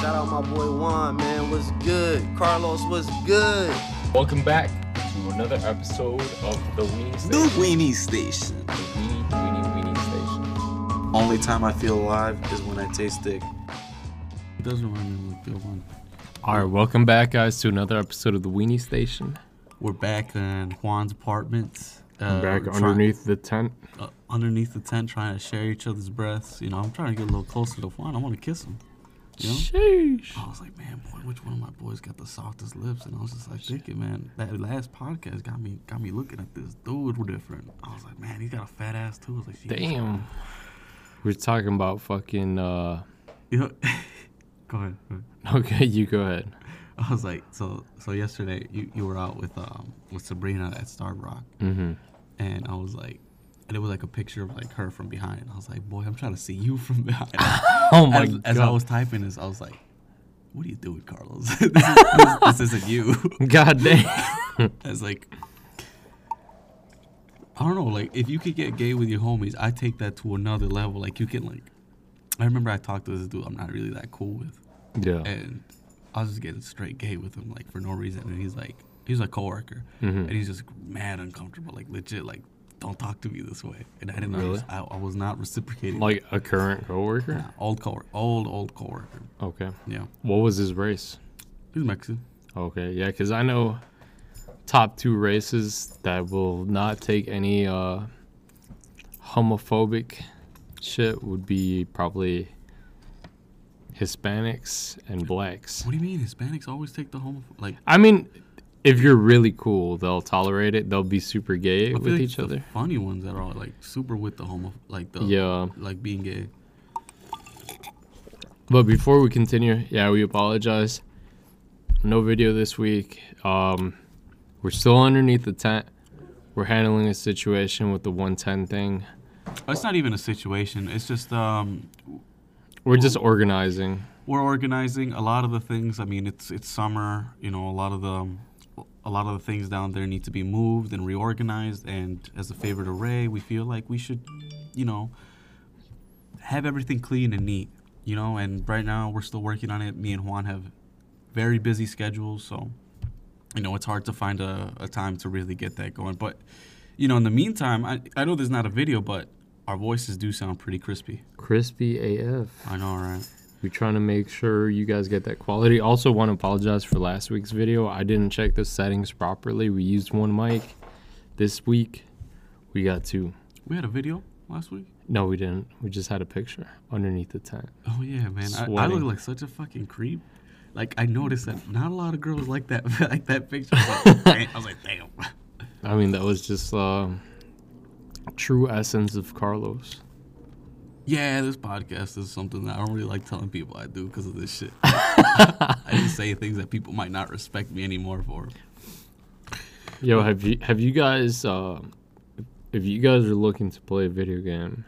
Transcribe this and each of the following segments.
Shout out my boy Juan, man. What's good? Carlos, what's good? Welcome back to another episode of the Weenie The Station. Weenie Station. The Weenie, Weenie, Weenie Station. Only time I feel alive is when I taste dick. It does remind me of Bill One. All right, welcome back, guys, to another episode of the Weenie Station. We're back in Juan's apartment. Uh, back we're trying- underneath the tent. uh, underneath the tent, trying to share each other's breaths. You know, I'm trying to get a little closer to Juan. I want to kiss him. You know? Sheesh. I was like, man, boy, which one of my boys got the softest lips? And I was just like thinking, man, that last podcast got me got me looking at this dude different. I was like, man, he's got a fat ass too. I was like, "Jesus Damn. We're talking about fucking. uh You know, go ahead. go ahead. Okay, you go ahead. I was like, so so yesterday you, you were out with um with Sabrina at Starved Rock, Mm-hmm. and I was like, and it was like a picture of like her from behind. I was like, boy, I'm trying to see you from behind. Oh my as, god. as I was typing this, I was like, what are you doing, Carlos? this, is, this isn't you. God damn. It's like I don't know, like if you could get gay with your homies, I take that to another level. Like you can like I remember I talked to this dude I'm not really that cool with. yeah. And I was just getting straight gay with him, like for no reason. And he's like he's a coworker. Mm-hmm. And he's just mad uncomfortable, like legit, like, don't talk to me this way. And I didn't Really? understand- I, I was not reciprocating. Like a current coworker. Nah, old coworker old, old coworker. Okay. Yeah. What was his race? He's Mexican. Okay, yeah, because I know top two races that will not take any uh, homophobic shit would be probably Hispanics and blacks. What do you mean? Hispanics always take the home like I mean, if you're really cool, they'll tolerate it. They'll be super gay I feel with like each the other. Funny ones that are like super with the homo, like the Yeah. like being gay. But before we continue, yeah, we apologize. No video this week. Um, we're still underneath the tent. We're handling a situation with the 110 thing. It's not even a situation. It's just um, We're just organizing. we're organizing a lot of the things. I mean, it's it's summer. You know, a lot of the a lot of the things down there need to be moved and reorganized. And as a favorite array, we feel like we should, you know, have everything clean and neat. You know, and right now we're still working on it. Me and Juan have very busy schedules, so you know, it's hard to find a, a time to really get that going. But, you know, in the meantime, I, I know there's not a video, but our voices do sound pretty crispy. Crispy AF. I know, right? We're trying to make sure you guys get that quality. Also, want to apologize for last week's video. I didn't check the settings properly. We used one mic. This week, we got two. We had a video last week. No, we didn't. We just had a picture underneath the tent. Oh, yeah, man. I, I look Sweating. like such a fucking creep. Like, I noticed that not a lot of girls like that like that picture. I was like, "Damn." I was like, damn. I mean, that was just um, true essence of Carlos. Yeah, this podcast is something that I don't really like telling people I do because of this shit. I just say things that people might not respect me anymore for. Yo, have you have you guys? Uh, if you guys are looking to play a video game,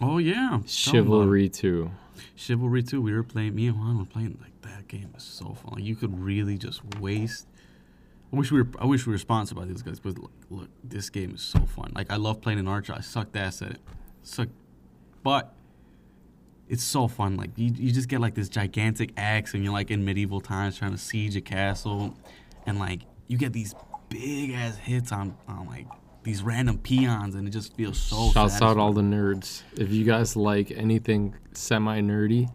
Oh, yeah. Tell 'em about it. Chivalry Two. Chivalry 2, we were playing, me and Juan were playing, like, that game is so fun. Like, you could really just waste. I wish we were, I wish we were sponsored by these guys, but look, look, this game is so fun. Like, I love playing an archer. I sucked ass at it. Suck. But it's so fun. Like, you, you just get, like, this gigantic axe, and you're, like, in medieval times trying to siege a castle. And, like, you get these big ass hits on, on, like, these random peons, and it just feels so Shouts out satisfying. all the nerds. If you guys like anything semi nerdy,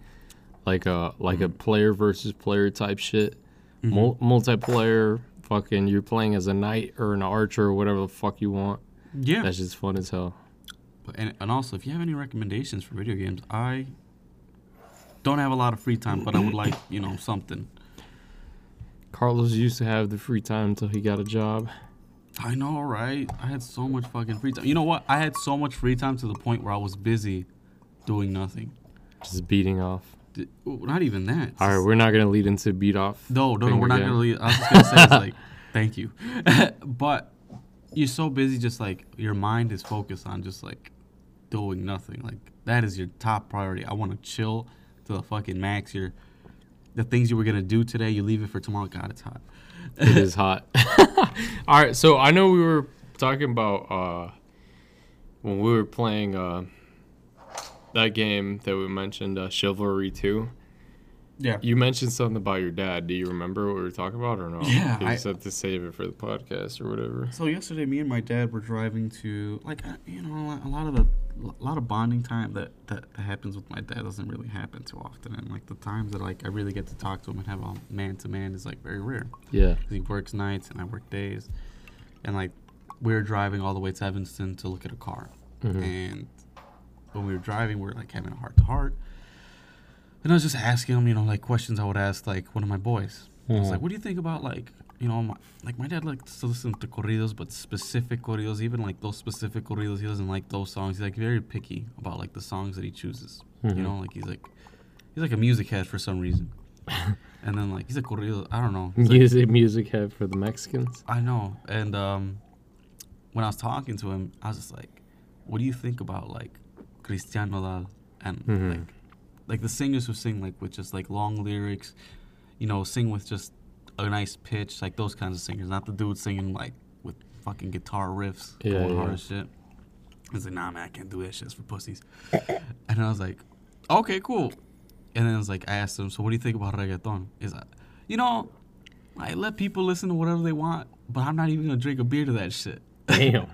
like a like Mm-hmm. a player versus player type shit, mul- multiplayer, fucking you're playing as a knight or an archer or whatever the fuck you want. Yeah. That's just fun as hell. But- And, and also, if you have any recommendations for video games, I don't have a lot of free time, but I would like, you know, something. Carlos used to have the free time until he got a job. I know, right? I had so much fucking free time. You know what? I had so much free time to the point where I was busy doing nothing. Just beating off. D- oh, Not even that. All right, we're not gonna lead into beat off. No, no, no, thing we're not again. gonna leave. I was just gonna say, it's like, thank you, but you're so busy, just like your mind is focused on just like doing nothing. Like that is your top priority. I want to chill to the fucking max. Your the things you were gonna do today, you leave it for tomorrow. God, it's hot. it is hot. All right, so I know we were talking about uh, when we were playing uh, that game that we mentioned, uh, Chivalry Two. Yeah. You mentioned something about your dad. Do you remember what we were talking about or no? Yeah, You I- just have to save it for the podcast or whatever. So yesterday, me and my dad were driving to like uh, you know a lot of the a lot of bonding time that, that that happens with my dad doesn't really happen too often, and like the times that like I really get to talk to him and have a man to man is like very rare. Yeah. 'Cause he works nights and I work days, and like we were driving all the way to Evanston to look at a car, and when we were driving, we were like having a heart to heart, and I was just asking him, you know, like questions I would ask like one of my boys. I was Mhm. like, what do you think about like you know my, like my dad likes to listen to corridos, but specific corridos, even like those specific corridos, he doesn't like those songs. He's like very picky about like the songs that he chooses. You know, like he's like he's like a music head for some reason. And then like he's a corrido, I don't know. He's like- Music, music head for the Mexicans. I know. And um, when I was talking to him, I was just like, "What do you think about like Cristian Nodal and Mhm. like like the singers who sing like with just like long lyrics, you know, sing with just a nice pitch, like those kinds of singers, not the dude singing like with fucking guitar riffs Yeah, going yeah. hard as shit." I was like, "Nah, man, I can't do that shit. It's for pussies." and I was like, "Okay, cool." And then I was like, I asked him, "So what do you think about reggaeton?" Is that, you know, I let people listen to whatever they want, but I'm not even gonna drink a beer to that shit. Damn.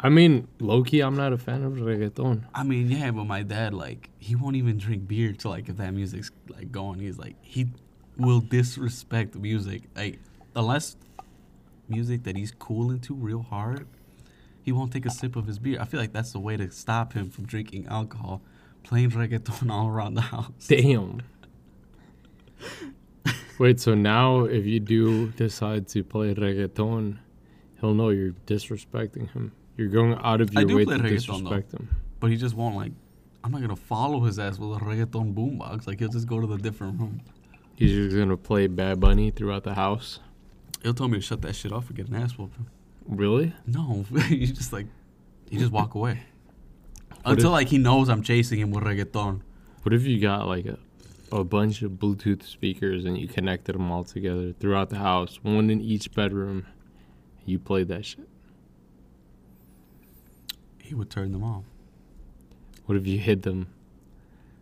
I mean, low key, I'm not a fan of reggaeton. I mean, yeah, but my dad, like, he won't even drink beer till like if that music's like going. He's like, he will disrespect music, like unless music that he's cool into real hard. He won't take a sip of his beer. I feel like that's the way to stop him from drinking alcohol, playing reggaeton all around the house. Damn. Wait, so now if you do decide to play reggaeton, he'll know you're disrespecting him. You're going out of I your do way play to reggaeton, though. disrespect him. But he just won't like. I'm not gonna follow his ass with a reggaeton boombox. Like he'll just go to the different room. He's just gonna play Bad Bunny throughout the house. He'll tell me to shut that shit off and get an ass whooping. Really? No, you just like, you just walk away. Until like he knows I'm chasing him with reggaeton. What if you got like a, a bunch of Bluetooth speakers and you connected them all together throughout the house, one in each bedroom? You played that shit. He would turn them off, What if you hid them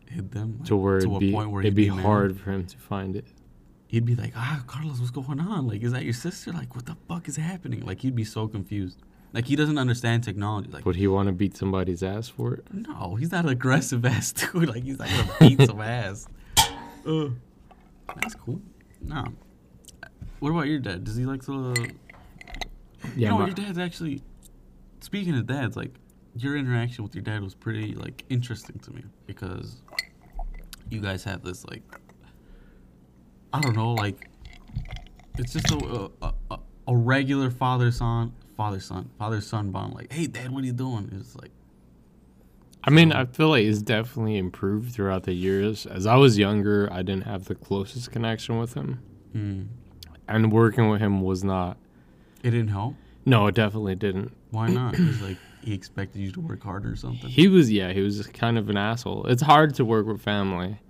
hit them like, to where it'd a be, point where it'd be he'd mad. hard for him to find it? He'd be like, Ah, Carlos, what's going on? Like, is that your sister? Like, what the fuck is happening? Like, he'd be so confused. Like, he doesn't understand technology. Like, Would he want to beat somebody's ass for it? no, he's not an aggressive ass dude. Like, he's not gonna beat some ass. Uh. Ugh. That's cool. Nah. What about your dad? Does he like to uh, Yeah, you know, my- your dad's actually. Speaking of dads, like your interaction with your dad was pretty like interesting to me because you guys have this like I don't know like it's just a a, a, a regular father son father son father son bond like hey dad what are you doing it's like I mean, I feel like it's definitely improved throughout the years. As I was younger, I didn't have the closest connection with him, hmm, and working with him was not. it didn't help No, it definitely didn't. why not he's like he expected you to work harder or something He was, yeah, he was just kind of an asshole. It's hard to work with family,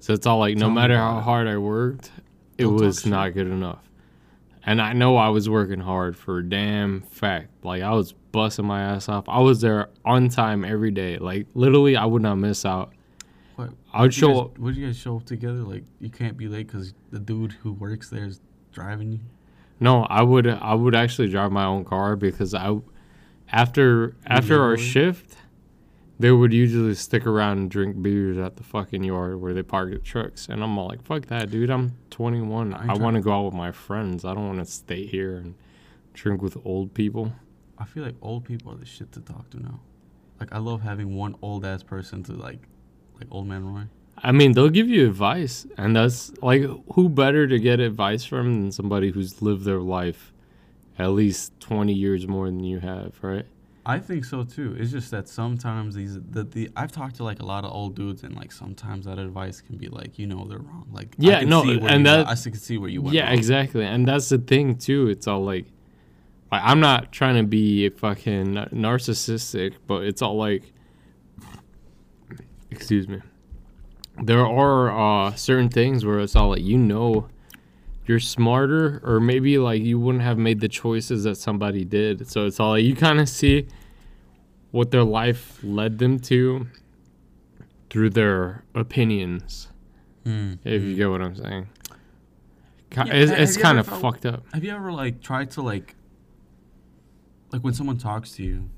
so it's all like, no Tell me matter about how it. hard I worked, it Don't talk was shit. not good enough. And I know I was working hard for a damn fact. Like I was busting my ass off. I was there on time every day. Like literally, I would not miss out. what I would you show guys- up. would you guys show up together like you can't be late because the dude who works there is driving you No, I would I would actually drive my own car because I after after our Really? shift they would usually stick around and drink beers at the fucking yard where they park the trucks and I'm all like fuck that dude I'm 21 I I, want to go out with my friends I don't want to stay here and drink with old people I feel like old people are the shit to talk to now. Like I love having one old ass person to like, like old man Roy. I mean they'll give you advice and that's like who better to get advice from than somebody who's lived their life at least 20 years more than you have right I think so too. It's just that sometimes these the, the I've talked to like a lot of old dudes and like sometimes that advice can be like you know they're wrong. Like I Yeah, can no, see where and you- that- I can see where you went. Yeah, wrong. exactly. And that's the thing too. It's all like, like I'm not trying to be a fucking narcissistic, but it's all like, excuse me. There are uh, certain things where it's all like you know, you're smarter, or maybe like you wouldn't have made the choices that somebody did. So it's all like you kind of see what their life led them to through their opinions Hmm. If Mm. you get what I'm saying, Ki- Yeah, it's, have it's you ever kind of felt- fucked up. Have you ever like tried to like like when someone talks to you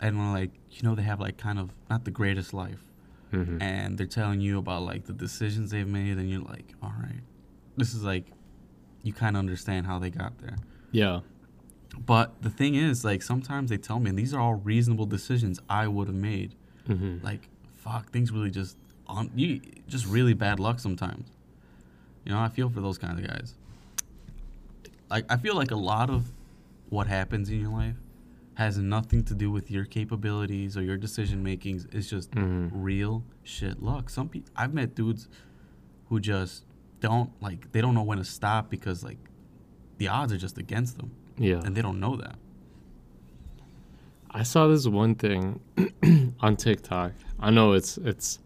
and when like you know they have like kind of not the greatest life Mhm. and they're telling you about like the decisions they've made and you're like, all right, this is like you kind of understand how they got there. Yeah, But the thing is, like sometimes they tell me, and these are all reasonable decisions I would have made. Mm-hmm. Like, fuck, things really just on you, just really bad luck sometimes. You know, I feel for those kind of guys. Like, I feel like a lot of what happens in your life has nothing to do with your capabilities or your decision makings. It's just Mm-hmm. real shit luck. Some people I've met dudes who just don't like they don't know when to stop because like the odds are just against them yeah. and they don't know that. I saw this one thing on TikTok. I know it's it's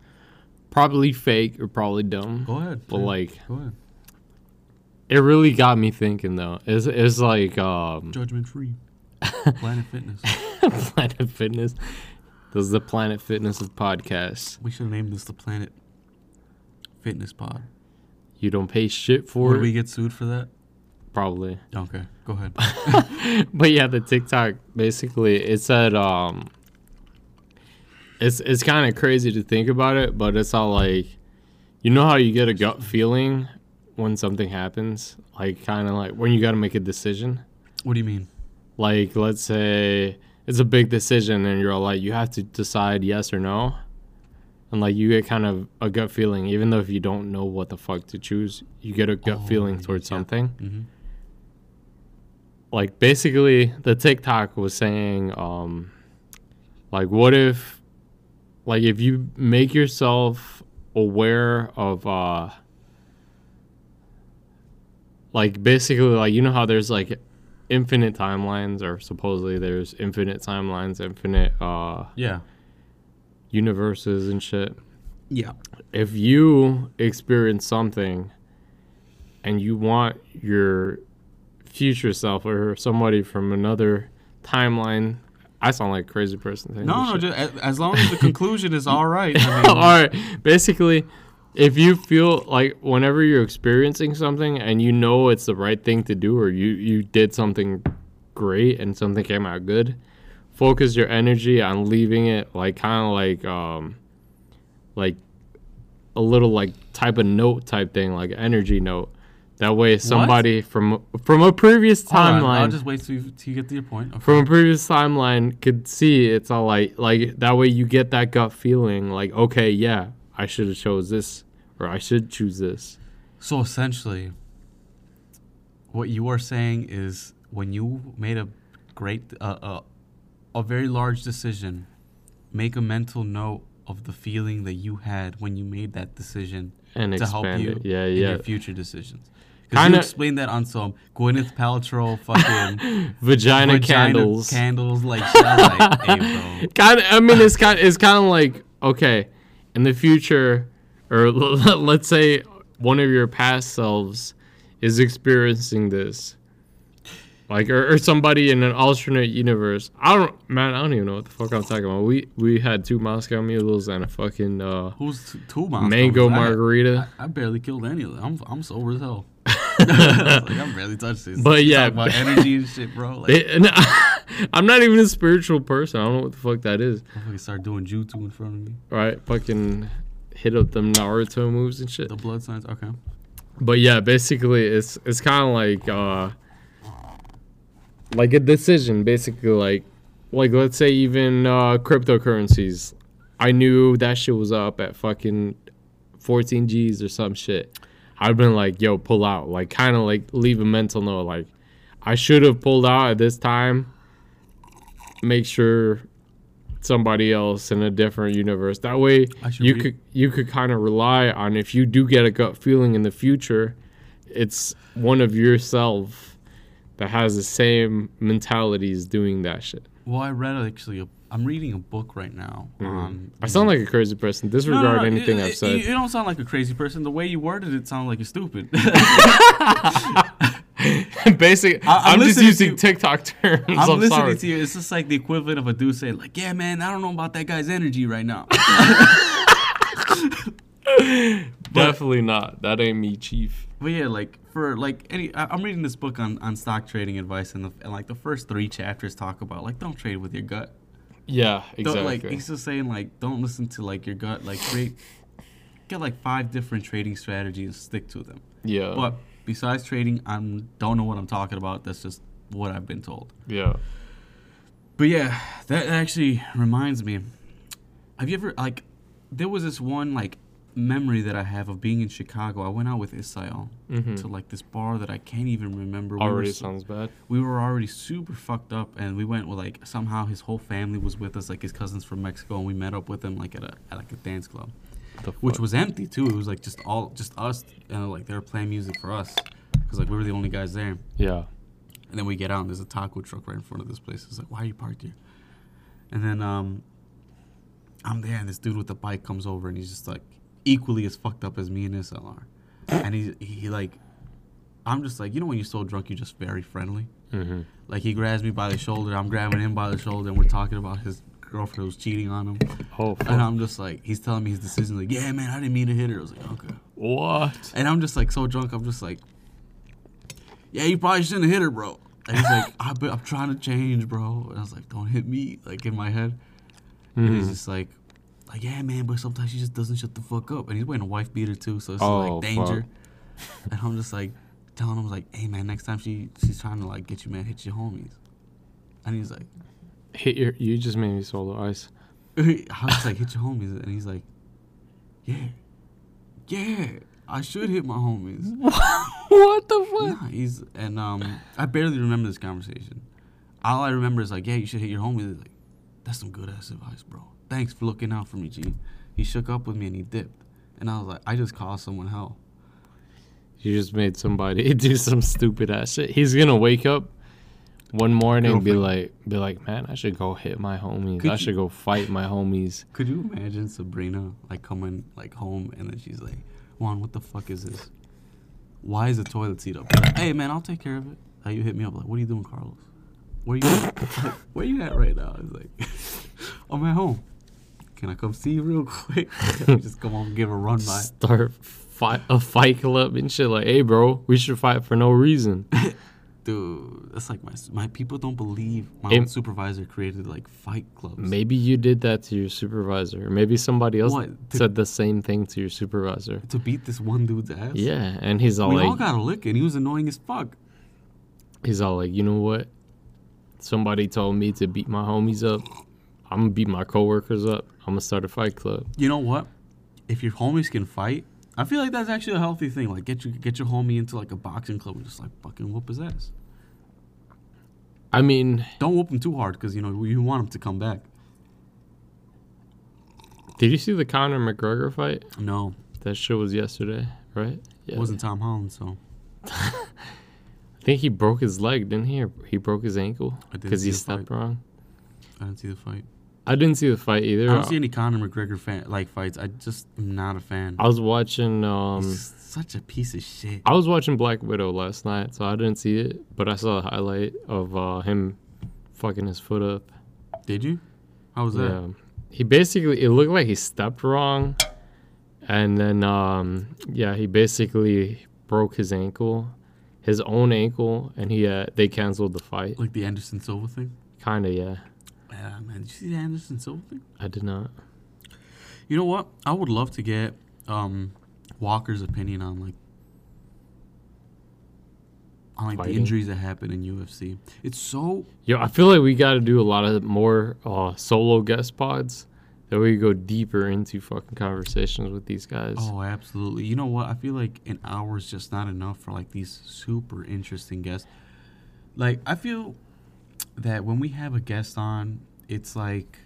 probably fake or probably dumb, Go ahead. but like go ahead. it really got me thinking though. It's it's like um, Judgment free. Planet Fitness. Planet Fitness. This is the Planet Fitness of podcasts. We should name this the Planet Fitness Pod. You don't pay shit for Would it, we get sued for that? probably. Okay, go ahead. but yeah, the TikTok basically it said um it's it's kind of crazy to think about it, but it's all like you know how you get a gut feeling when something happens, like kind of like when you got to make a decision. What do you mean? Like let's say it's a big decision and you're all like you have to decide yes or no. And like you get kind of a gut feeling even though if you don't know what the fuck to choose, you get a gut Oh, feeling yeah, towards yeah. something Mm-hmm. like basically the TikTok was saying, um, like what if, like if you make yourself aware of, uh, like basically like you know how there's like infinite timelines or supposedly there's infinite timelines, infinite uh Yeah. universes and shit Yeah. if you experience something and you want your future self or somebody from another timeline, I sound like a crazy person. saying No, this no, shit. just, as long as the conclusion is all right. I all mean, right. Basically, if you feel like whenever you're experiencing something and you know it's the right thing to do, or you you did something great and something came out good, focus your energy on leaving it like kind of like um like a little like type of note type thing, like energy note. That way, somebody from from a previous hold on, timeline I'll just wait till you, till you get to your point. Okay. from a previous timeline could see it's all like like that way you get that gut feeling like okay yeah I should have chose this or I should choose this So essentially, what you are saying is when you made a great, uh, uh, a very large decision, make a mental note of the feeling that you had when you made that decision and to help expand you it yeah in yeah your future decisions. Because you Kinda- explained that on some Gwyneth Paltrow fucking vagina, vagina candles candles like shit. I'm like, hey, bro. kind of I mean it's kind it's kind of like okay in the future or l- let's say one of your past selves is experiencing this like or, or somebody in an alternate universe I don't man I don't even know what the fuck I'm talking about we we had two Moscow mules and a fucking uh, Who's t- two monsters? mango I- margarita I barely killed any of them. I'm, I'm sober as hell. like, I barely touched this. But You yeah, talk about energy and shit, bro. Like, They- and I'm not even a spiritual person I don't know what the fuck that is I fucking start doing jutsu in front of me. right fucking hit up them Naruto moves and shit The blood signs. Okay. but yeah, basically, it's it's kind of like uh, like a decision. Basically, like like let's say even uh, cryptocurrencies. I knew that shit was up at fucking 14 G's or some shit. I've been like, yo, pull out. Like, kind of like leave a mental note. Like, I should have pulled out at this time. Make sure somebody else in a different universe. That way, I should you re- could you could kind of rely on if you do get a gut feeling in the future, it's one of yourself that has the same mentalities doing that shit. Well, I read actually. A, I'm reading a book right now. On, Mm-hmm. I sound like a crazy person. Disregard anything you, I've said. You, you don't sound like a crazy person. The way you worded it sounded like you're stupid. Basically, I- I'm I, am just listening to using you. TikTok terms. I'm, I'm, listening sorry. to you. It's just like the equivalent of a dude saying, like, yeah, man, I don't know about that guy's energy right now. Definitely not. That ain't me, chief. But yeah, like for like any, I, I'm reading this book on, on stock trading advice, and, the, and like the first three chapters talk about like don't trade with your gut. Yeah, Don't exactly. like he's just saying like don't listen to like your gut. Like create, get like five different trading strategies, and stick to them. yeah. But besides trading, I don't know what I'm talking about. That's just what I've been told. Yeah. But yeah, that actually reminds me. Have you ever like? There was this one like memory that I have of being in Chicago. I went out with Isael to like this bar that I can't even remember. We were Mm-hmm. Already s- sounds bad. we were already super fucked up and we went with like somehow his whole family was with us like his cousins from mexico and we met up with him like at a at like a dance club The which fuck? was empty too it was like just all just us and like they were playing music for us because like we were the only guys there Yeah. and then we get out and there's a taco truck right in front of this place it's like why are you parked here and then um i'm there and this dude with the bike comes over and he's just like equally as fucked up as me and this are and he he like i'm just like you know when you're so drunk you're just very friendly Mm-hmm. like he grabs me by the shoulder, I'm grabbing him by the shoulder, and we're talking about his girlfriend who's cheating on him. Oh, And fuck. I'm just like, he's telling me his decision, like, yeah, man, I didn't mean to hit her. I was like, okay. what? And I'm just like so drunk, I'm just like, yeah, you probably shouldn't have hit her, bro. And he's like, I be, I'm trying to change, bro. And I was like, don't hit me, like in my head. And he's just like, like yeah, man, but sometimes she just doesn't shut the fuck up. And he's wearing a wife beater too, so it's Oh, like danger. And I'm just like telling him like, hey man, next time she she's trying to like get you, man, hit your homies. And he's like, Hit your. You just made me swallow ice. I was like, hit your homies. And he's like, yeah, yeah, I should hit my homies. what the fuck? Nah, he's and um, I barely remember this conversation. All I remember is like, yeah, you should hit your homies. He's like, that's some good ass advice, bro. Thanks for looking out for me, G. He shook up with me and he dipped, and I was like, I just caused someone hell. You just made somebody do some stupid ass shit. He's gonna wake up one morning and be like, be like, man, I should go hit my homies. Could I you- should go fight my homies. Could you imagine Sabrina like coming like home and then she's like, Juan, what the fuck is this? Why is the toilet seat up? hey man, I'll take care of it. How you hit me up like, what are you doing, Carlos? Where you at? Like, where you at right now? I was like, I'm at home. Can I come see you real quick? Just come home and give a run by. Start fight a fight club and shit. Like, hey, bro, we should fight for no reason. Dude, that's like my my people don't believe my Em- own supervisor created like fight clubs. Maybe you did that to your supervisor. Maybe somebody else What? To- said the same thing to your supervisor. To beat this one dude's ass. Yeah, and he's all We like, all got a lick and he was annoying as fuck. he's all like, you know what? Somebody told me to beat my homies up. I'm gonna beat my coworkers up. I'm gonna start a fight club. you know what? If your homies can fight, I feel like that's actually a healthy thing. Like get your get your homie into like a boxing club and just like fucking whoop his ass. I mean, Don't whoop him too hard because you know you want him to come back. did you see the Conor McGregor fight? No, That shit was yesterday, right? Yeah. it wasn't Tom Holland, so I think he broke his leg, didn't he? Or he broke his ankle I didn't because he see the stepped wrong. I didn't see the fight. I didn't see the fight either. I I, don't see any Conor McGregor fan like fights. I just am not a fan. I was watching. Um, He's such a piece of shit. I was watching Black Widow last night, so I didn't see it, but I saw a highlight of uh, him fucking his foot up. Did you? How was that? Yeah. He basically it looked like he stepped wrong and then um yeah, he basically broke his ankle, his own ankle and he uh, they canceled the fight. Like the Anderson Silva thing? Kind of, yeah. Yeah, man. Did you see the Anderson Silva thing? I did not. You know what? I would love to get um, Walker's opinion on like on like Fighting. the injuries that happen in UFC. It's so Yo, I feel like we got to do a lot of more uh solo guest pods that we go deeper into fucking conversations with these guys. oh absolutely. You know what? I feel like an hour is just not enough for like these super interesting guests. Like I feel that when we have a guest on, it's like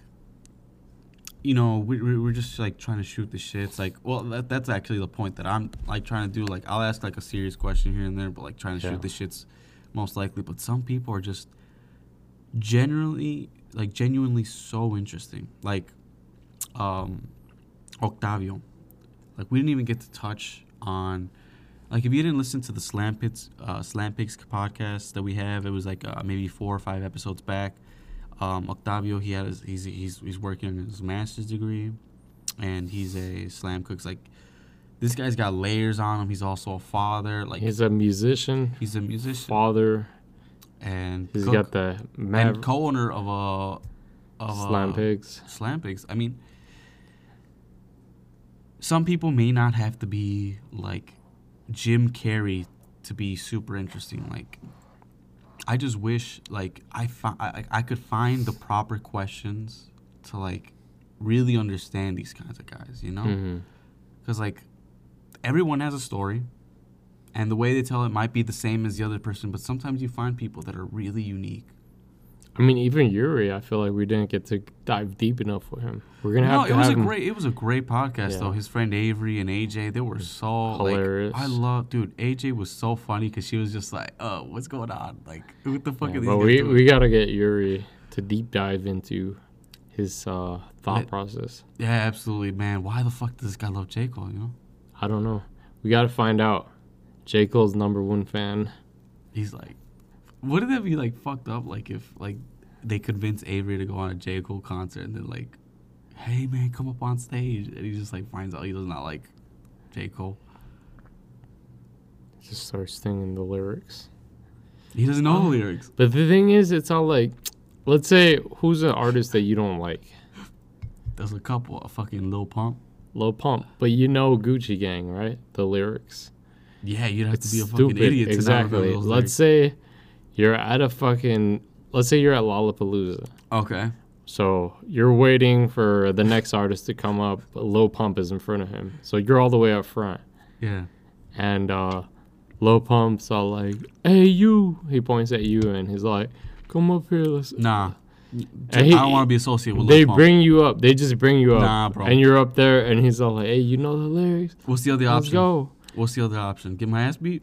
you know we, we, we're just like trying to shoot the shit. It's like well that, that's actually the point that i'm like trying to do like i'll ask like a serious question here and there but like trying to Yeah. shoot the shits most likely but some people are just generally like genuinely so interesting like um octavio like we didn't even get to touch on like if you didn't listen to the slam pits uh slam picks podcast that we have it was like uh, maybe four or five episodes back um, Octavio, he had his, he's, he's he's working on his master's degree, and he's a slam cook's like This guy's got layers on him. He's also a father. Like He's a musician, he's a musician father. and He's cook, got the Maver- and co-owner of a of slam a, pigs. Slam pigs. I mean, some people may not have to be like Jim Carrey to be super interesting. Like, I just wish like I fi- I, I- I could find the proper questions to like really understand these kinds of guys. You know, hmm because like everyone has a story. And the way they tell it might be the same as the other person, but sometimes you find people that are really unique. I mean, even Yuri, I feel like we didn't get to dive deep enough with him. We're gonna have no, to it was have a him- great it was a great podcast Yeah. though. His friend Avery and AJ, they were so Hilarious. Like, I love, dude. AJ was so funny because she was just like, "Oh, what's going on? Like, what the fuck Yeah, are these but guys we doing?" we gotta get Yuri to deep dive into his uh, thought Let- process. yeah, absolutely, man. Why the fuck does this guy love J Cole? You know, I don't know. We gotta find out. J Cole's number one fan. he's like, wouldn't that be like fucked up? Like if like they convince Avery to go on a J Cole concert and then like, hey man, come up on stage, and he just like finds out he does not like J Cole. Just starts singing the lyrics. He doesn't know the lyrics. But the thing is, it's all like, let's say who's an artist that you don't like? There's a couple, a fucking Lil Pump. Lil Pump, but you know Gucci Gang, right? The lyrics. Yeah, you'd have It's to be a fucking stupid. idiot to not exactly. remember those Let's say you're at a fucking. Let's say you're at Lollapalooza. lyrics. okay. So you're waiting for the next artist to come up, but Lil Pump is in front of him. So you're all the way up front. Yeah. And uh Lil Pump's all like, Hey you he points at you and he's like, Come up here, let's Nah. And I he- don't want to be associated with They Lil Pump. bring you up. They just bring you up. Nah, bro. And you're up there and he's all like, Hey, you know the lyrics? What's the other Let's option? go. What's the other option? Get my ass beat?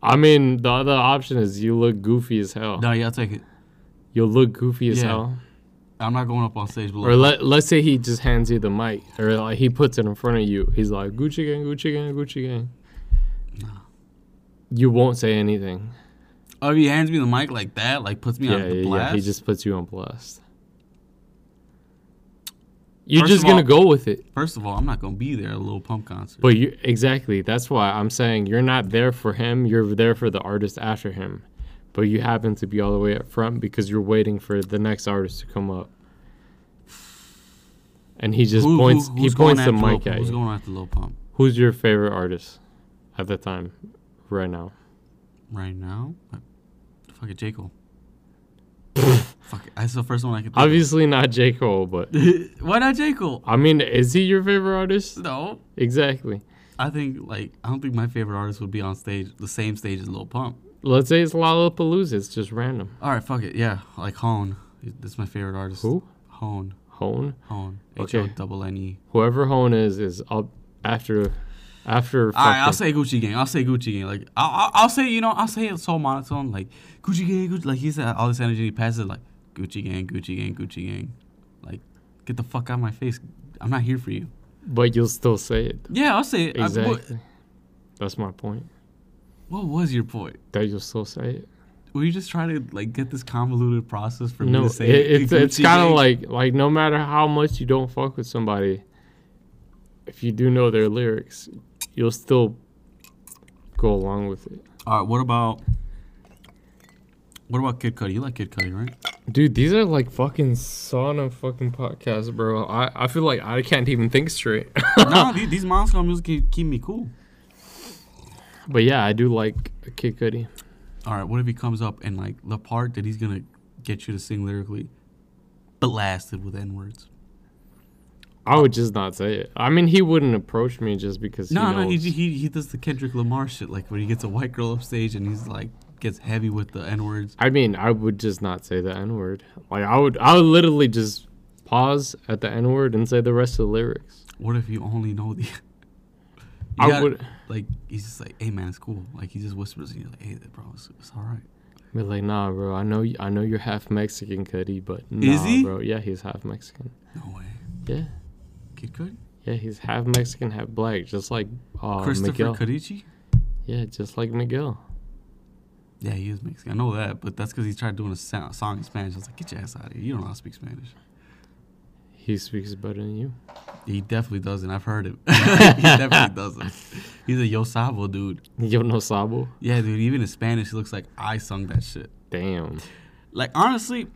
I mean, the other option is you look goofy as hell. No, yeah, I'll take it. You'll look goofy as Yeah. hell. I'm not going up on stage with Or Lil Pump. let, let's say he just hands you the mic, or like he puts it in front of you. He's like, Gucci gang, Gucci gang, Gucci gang. You won't say anything. Oh, if he hands me the mic like that, like puts me Yeah, on the yeah, blast. yeah. He just puts you on blast. You're First just of gonna all- go with it, First of all, I'm not going to be there at a Lil Pump concert. but you exactly. That's why I'm saying you're not there for him. You're there for the artist after him, but you happen to be all the way up front because you're waiting for the next artist to come up. And he just Who- who- points. he who's points the going after Lil mic Pump? at Who's you. going after Lil Pump Who's your favorite artist at the time, right now? right now? Fuck it, J. Cole. Fuck it. That's the first one I could think Obviously not J. Cole, but of. Why not J. Cole? I mean, is he your favorite artist? No. Exactly. I think like I don't think my favorite artist would be on stage the same stage as Lil Pump. Let's say it's Lollapalooza. It's just random. All right, fuck it. Yeah, like Hone. That's my favorite artist. Who? Hone. Hone. Hone. H Okay. O double N E. Whoever Hone is is up after, after. All right, fucking- I'll say Gucci Gang. I'll say Gucci Gang. Like I'll, I'll, I'll say you know I'll say it so monotone like Gucci Gang. Gucci, like he's got all this energy. He passes it like Gucci Gang, Gucci Gang, Gucci Gang. Like get the fuck out of my face. I'm not here for you. but you'll still say it. Yeah, I'll say it. I- Exactly. what, That's my point. what was your point? That you'll still say it. Were you just trying to like get this convoluted process for me No, to it, say it's it's Gucci kind of Gang? like like no matter how much you don't fuck with somebody, if you do know their lyrics, you'll still go along with it. All right, what about what about Kid Cudi? You like Kid Cudi, right? Dude, these are like fucking sauna fucking podcasts, bro. I, I feel like I can't even think straight. no, these, these Moscow music keep, keep me cool. but yeah, I do like Kid Cudi. All right, what if he comes up and like the part that he's gonna get you to sing lyrically, blasted with n words? I would just not say it. I mean, he wouldn't approach me just because. No, he no, he, knows. he he does the Kendrick Lamar shit, like when he gets a white girl up stage and he's like gets heavy with the n words. I mean, I would just not say the N word. Like I would, I would literally just pause at the N word and say the rest of the lyrics. What if you only know the? You I gotta- would- like he's just like, hey man, it's cool. Like he just whispers and you're like, hey bro, it's, it's all right. Be like, nah, bro. I know, y- I know you're half Mexican, Cudi, but nah, Is he? bro. Yeah, he's half Mexican. No way, Yeah, Kid Cudi, yeah, he's half Mexican, half black, just like uh, Christopher Miguel. Cadici. Yeah, just like Miguel. Yeah, he is Mexican. I know that, but that's because he tried doing a sound, song in Spanish. I was like, get your ass out of here. You don't know how to speak Spanish. He speaks better than you. He definitely doesn't. I've heard him. he definitely doesn't. He's a Yo Sabo dude. Yo no sabo. Yeah, dude. Even in Spanish, he looks like I sung that shit. Damn. Like honestly,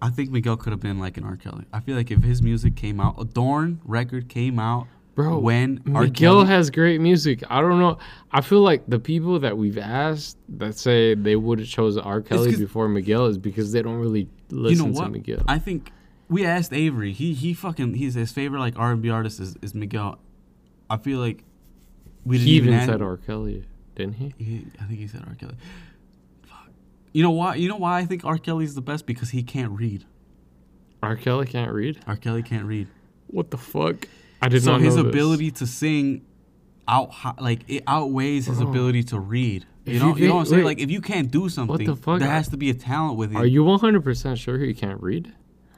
I think Miguel could have been like an R. Kelly. I feel like if his music came out, a Dorn record came out, Bro, When R. Mm-hmm. Miguel Kelly- has great music. I don't know. I feel like the people that we've asked that say they would have chose R. Kelly 'cause- before Miguel is because they don't really listen you know to what? Miguel. I think we asked Avery. He he fucking he's his favorite like R and B artist is, is Miguel. I feel like we didn't he even ask- said R. Kelly, didn't he? He- I think he said R. Kelly. Fuck. You know why? You know why I think R. Kelly's the best because he can't read. R. Kelly can't read. R. Kelly can't read. What the fuck? I did so not know his this. ability to sing out like it outweighs his Bro. ability to read. You If know, you you, know what I'm think- saying? wait. Like if you can't do something, fuck? there has to be a talent with it. Are you 100% sure he can't read?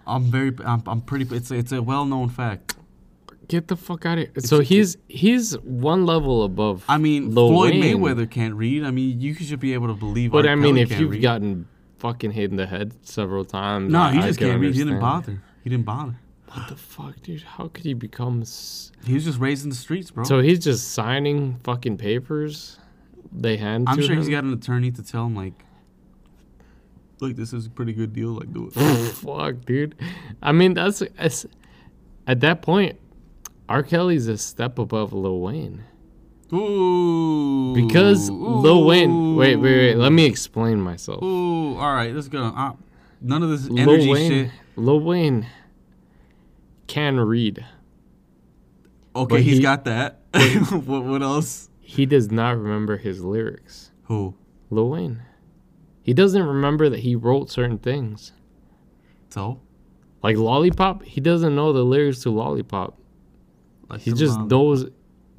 I'm very, I'm, I'm pretty. It's a, it's a well-known fact. Get the fuck out of here. so he's he's one level above. I mean, Lil Floyd Wayne, Mayweather can't read. I mean, you should be able to believe. But R. I mean, Kelly if can't you've read. gotten fucking hit in the head several times, no, I- he I just can can't read. He didn't understand. bother. He didn't bother. What the fuck, dude? How could he become? S- He was just raised in the streets, bro. so he's just signing fucking papers. They hand. I'm to sure him? he's got an attorney to tell him like, look, this is a pretty good deal. Like, do it. fuck, dude. I mean, that's it's, at that point. R. Kelly's a step above Lil Wayne Ooh. because Lil Wayne. Wait, wait, wait. Let me explain myself. Ooh, all right, let's go. Uh, none of this energy Lil Wayne. shit. Lil Wayne can read. Okay, But he's he- got that. what, what else? He does not remember his lyrics. Who? Lil Wayne. He doesn't remember that he wrote certain things. So? Like Lollipop, he doesn't know the lyrics to Lollipop. Like He the just mom- knows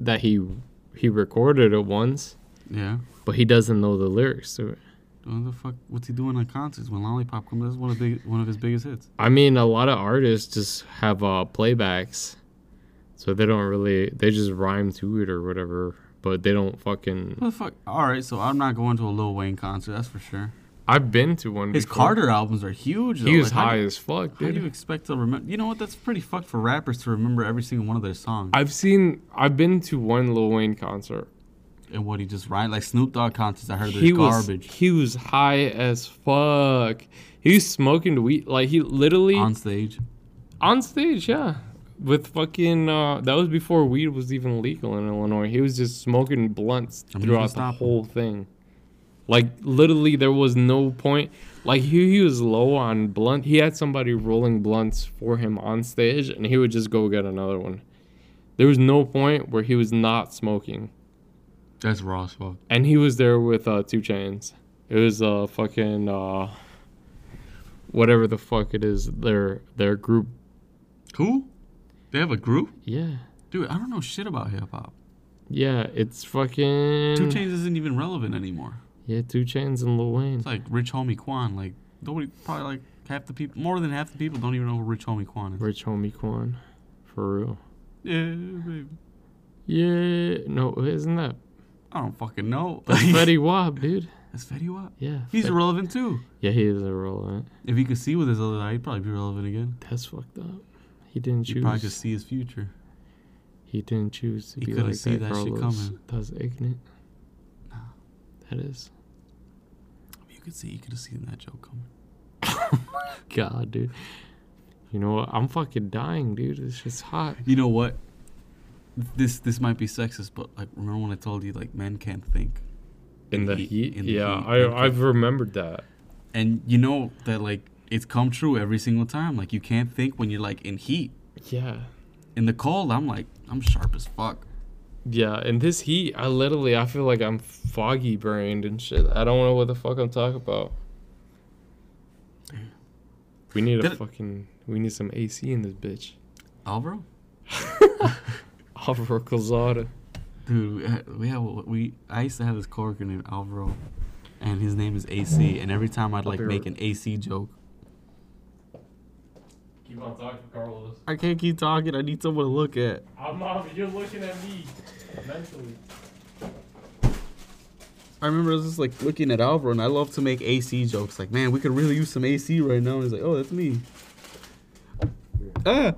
that he he recorded it once, Yeah. but he doesn't know the lyrics to it. What the fuck? What's he doing on concerts when Lollipop comes? That's one of big, one of his biggest hits. I mean, a lot of artists just have uh, playbacks, so they don't really they just rhyme to it or whatever, but they don't fucking. What the fuck? All right, so I'm not going to a Lil Wayne concert. That's for sure. I've been to one. His before. Carter albums are huge. Though. He was Like, how high do- as fuck, How do you dude. expect to remember? You know what? That's pretty fucked for rappers to remember every single one of their songs. I've seen. I've been to one Lil Wayne concert. and what he just rhymed, like Snoop Dogg concerts, I heard he there's was garbage he was high as fuck. He was smoking weed like he literally on on, stage. stage, yeah. With fucking uh that was before weed was even legal in Illinois. He was just smoking blunts I mean, you can throughout the stop him. whole thing. Like literally there was no point like he, he was low on blunt. He had somebody rolling blunts for him on stage and he would just go get another one. There was no point where he was not smoking. That's raw as fuck. and he was there with uh, two chains. It was uh fucking uh whatever the fuck it is their their group. Who? They have a group? Yeah, Dude, I don't know shit about hip hop. yeah, it's fucking Two Chains isn't even relevant anymore. Yeah, two chains and Lil Wayne. It's like Rich Homie Quan. Like nobody, probably like half the people, more than half the people don't even know who Rich Homie Quan is. Rich homie Quan, for real. Yeah, baby. Yeah, no, isn't that I don't fucking know. that's Fetty Wap, dude? That's Fetty Wap. Yeah, He's Fet- relevant too. yeah, he is irrelevant. If he could see with his other eye, he'd probably be relevant again. That's fucked up. He didn't He choose. probably could see his future. He didn't choose to He be couldn't like see that. that shit Carlos. coming. That's ignorant. That is. If you could see, you could have seen that joke coming. God, dude. You know what? I'm fucking dying, dude. It's just hot. You know what? This this might be sexist, but like remember when I told you like men can't think. In the heat- in the heat, thank you. remembered that. and you know that like it's come true every single time. Like you can't think when you're like in heat. Yeah. In the cold, I'm like I'm sharp as fuck. Yeah, in this heat, I literally I feel like I'm foggy brained and shit. I don't know what the fuck I'm talking about. We need a Did it- fucking we need some AC in this bitch. Alvaro, Alvaro Calzada. dude, we had- we have we. I used to have this coworker named Alvaro, and his name is AC. And every time I'd like be make right- an AC joke, Keep on talking, Carlos. I can't keep talking. I need someone to look at. I'm not you're looking at me mentally. I remember I was just like looking at Alvaro, and I love to make AC jokes. Like, man, we could really use some AC right now. And he's like, oh, that's me. Ah,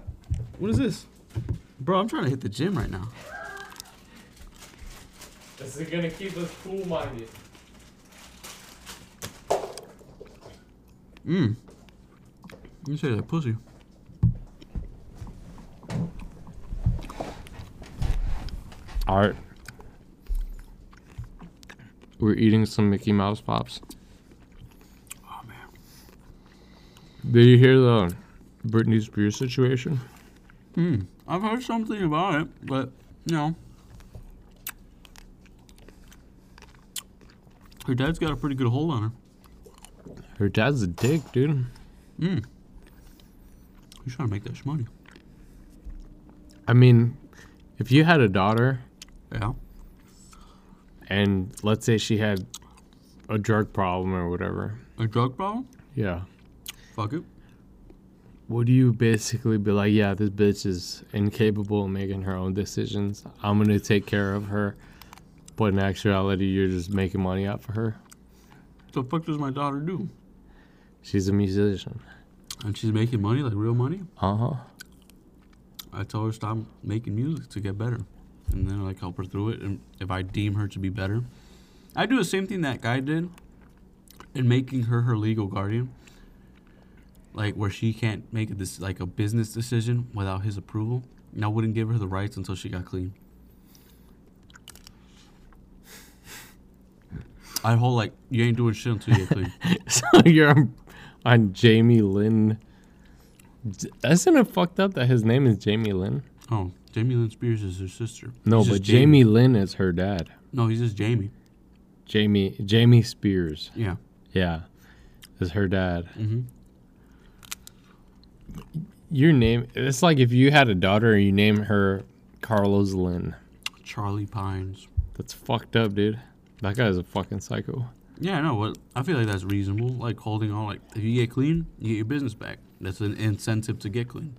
what is this? Bro, I'm trying to hit the gym right now. This is gonna keep us cool minded. Mmm. Let me say that pussy. All right. We're eating some Mickey Mouse pops. Oh man. Did you hear the Britney Spears situation? Hmm. I've heard something about it, but you know. Her dad's got a pretty good hold on her. Her dad's a dick, dude. Mm. He's trying to make that sh- money. I mean, if you had a daughter Yeah. and let's say she had a drug problem or whatever, A drug problem? yeah. Fuck it. Would you basically be like, yeah, this bitch is incapable of making her own decisions. I'm gonna take care of her, but in actuality, you're just making money off of her. The fuck does my daughter do? She's a musician. And she's making money, like real money. Uh huh. I tell her stop making music to get better, and then like help her through it. And if I deem her to be better, I do the same thing that guy did in making her her legal guardian. Like where she can't make a this like a business decision without his approval, and I wouldn't give her the rights until she got clean. I hold like you ain't doing shit until you get clean. So you're on, on Jamie Lynn. Isn't it fucked up that his name is Jamie Lynn? Oh, Jamie Lynn Spears is her sister. No, He's but just Jamie Lynn is her dad. No, he's just Jamie. Jamie Jamie Spears. Yeah. Yeah. Is her dad. Mm-hmm. Your name it's like if you had a daughter and you name her Carlos Lynn. Charlie Pines. That's fucked up, dude. That guy's a fucking psycho. Yeah, I know. But I feel like that's reasonable. Like holding on. Like if you get clean, you get your business back. That's an incentive to get clean.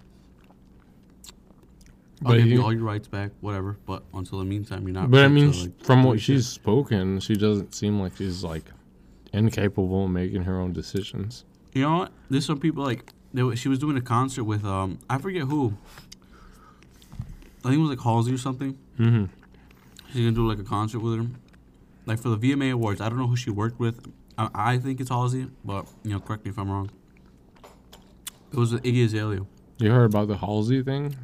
I'll But give you you- all your rights back, whatever. But until the meantime, you're not. But I shit, mean, so, like, from holy what shit. she's spoken, she doesn't seem like she's like incapable of making her own decisions. you know, what? there's some people like they, wa- she was doing a concert with um I forget who. I think it was like Halsey or something. Mm-hmm. She's gonna do like a concert with her, like for the VMA Awards. I don't know who she worked with. I, I think it's Halsey, but you know, correct me if I'm wrong. It was with Iggy Azalea. You heard about the Halsey thing?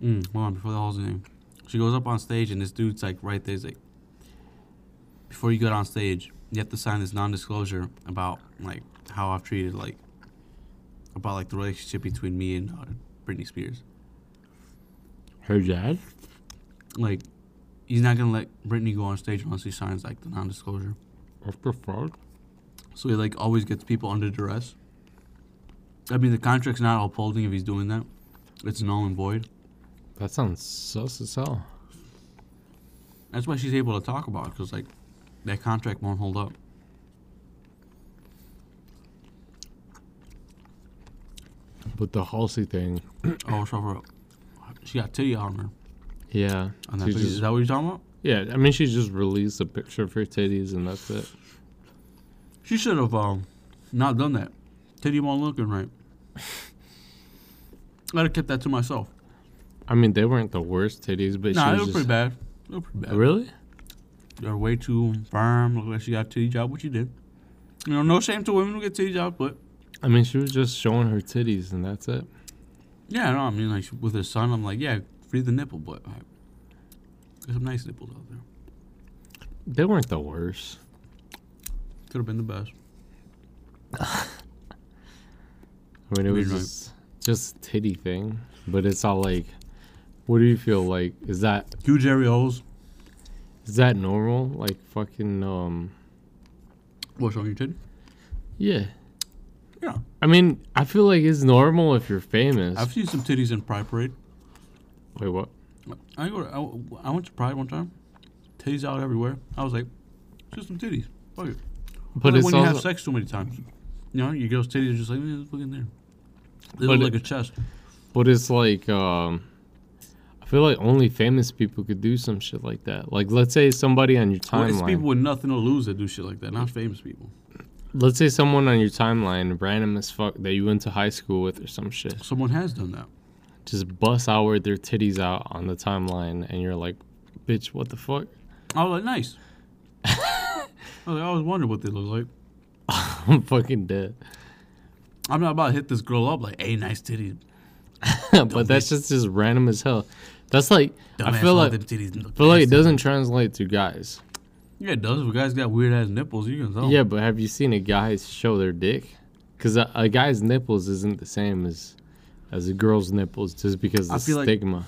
Mm, hold on, before the Halsey thing, she goes up on stage and this dude's like right there. He's like, before you get on stage, you have to sign this non-disclosure about like how I've treated like about like the relationship between me and uh, Britney Spears. Her dad? Like, he's not gonna let Britney go on stage unless he signs like the non-disclosure. What the fuck? So he like always gets people under duress. I mean, the contract's not upholding if he's doing that. It's null and void. That sounds sus as hell. That's why she's able to talk about it because like that contract won't hold up. But the Halsey thing. Oh, so for, she got titty on her. Yeah. On that she picture. just- er Is that what you're talking about? yeah, I mean, she just released a picture of her titties and that's it. She should have um, not done that. Titty won't looking right. I'd have kept that to myself. I mean, they weren't the worst titties, but she nah, it was was just, pretty bad. It was pretty bad. Really? They're way too firm. Look like she got a titty job, which she did. You know, no shame to women who get titty jobs, but I mean, she was just showing her titties and that's it. yeah, no, I mean, like with her son, I'm like, yeah, free the nipple, but like, there's some nice nipples out there. They weren't the worst. Could have been the best. I mean, it You're was right. just, just titty thing, but it's all like, what do you feel like? Is that Huge areoles. is that normal? Like fucking um, What's on your titty? yeah. Yeah. I mean, I feel like it's normal if you're famous. I've seen some titties in Pride Parade. Wait, what? I go. To, I, I went to Pride one time. Titties out everywhere. I was like, just some titties. Fuck it. But like it's when also you have sex too many times, you know, your girl's titties are just like, eh, look in there. They But look it- like a chest. But it's like, um, I feel like only famous people could do some shit like that. Like, let's say somebody on your Well, it's timeline. people with nothing to lose that do shit like that, not famous people. let's say someone on your timeline, random as fuck, that you went to high school with or some shit. Someone has done that. just bust out with their titties out on the timeline, and you're like, bitch, what the fuck? I was like, nice. I was like, I was wondering what they look like. I'm fucking dead. I'm not about to hit this girl up like, hey, nice titties. but that's just as random as hell. That's like I Dumbass, feel why like them titties look feel like it nasty?" doesn't translate to guys. Yeah, it does. If a guy's got weird ass nipples, you can tell. Yeah, but have you seen a guy show their dick? Because a, a guy's nipples isn't the same as as a girl's nipples just because I of the feel like- stigma.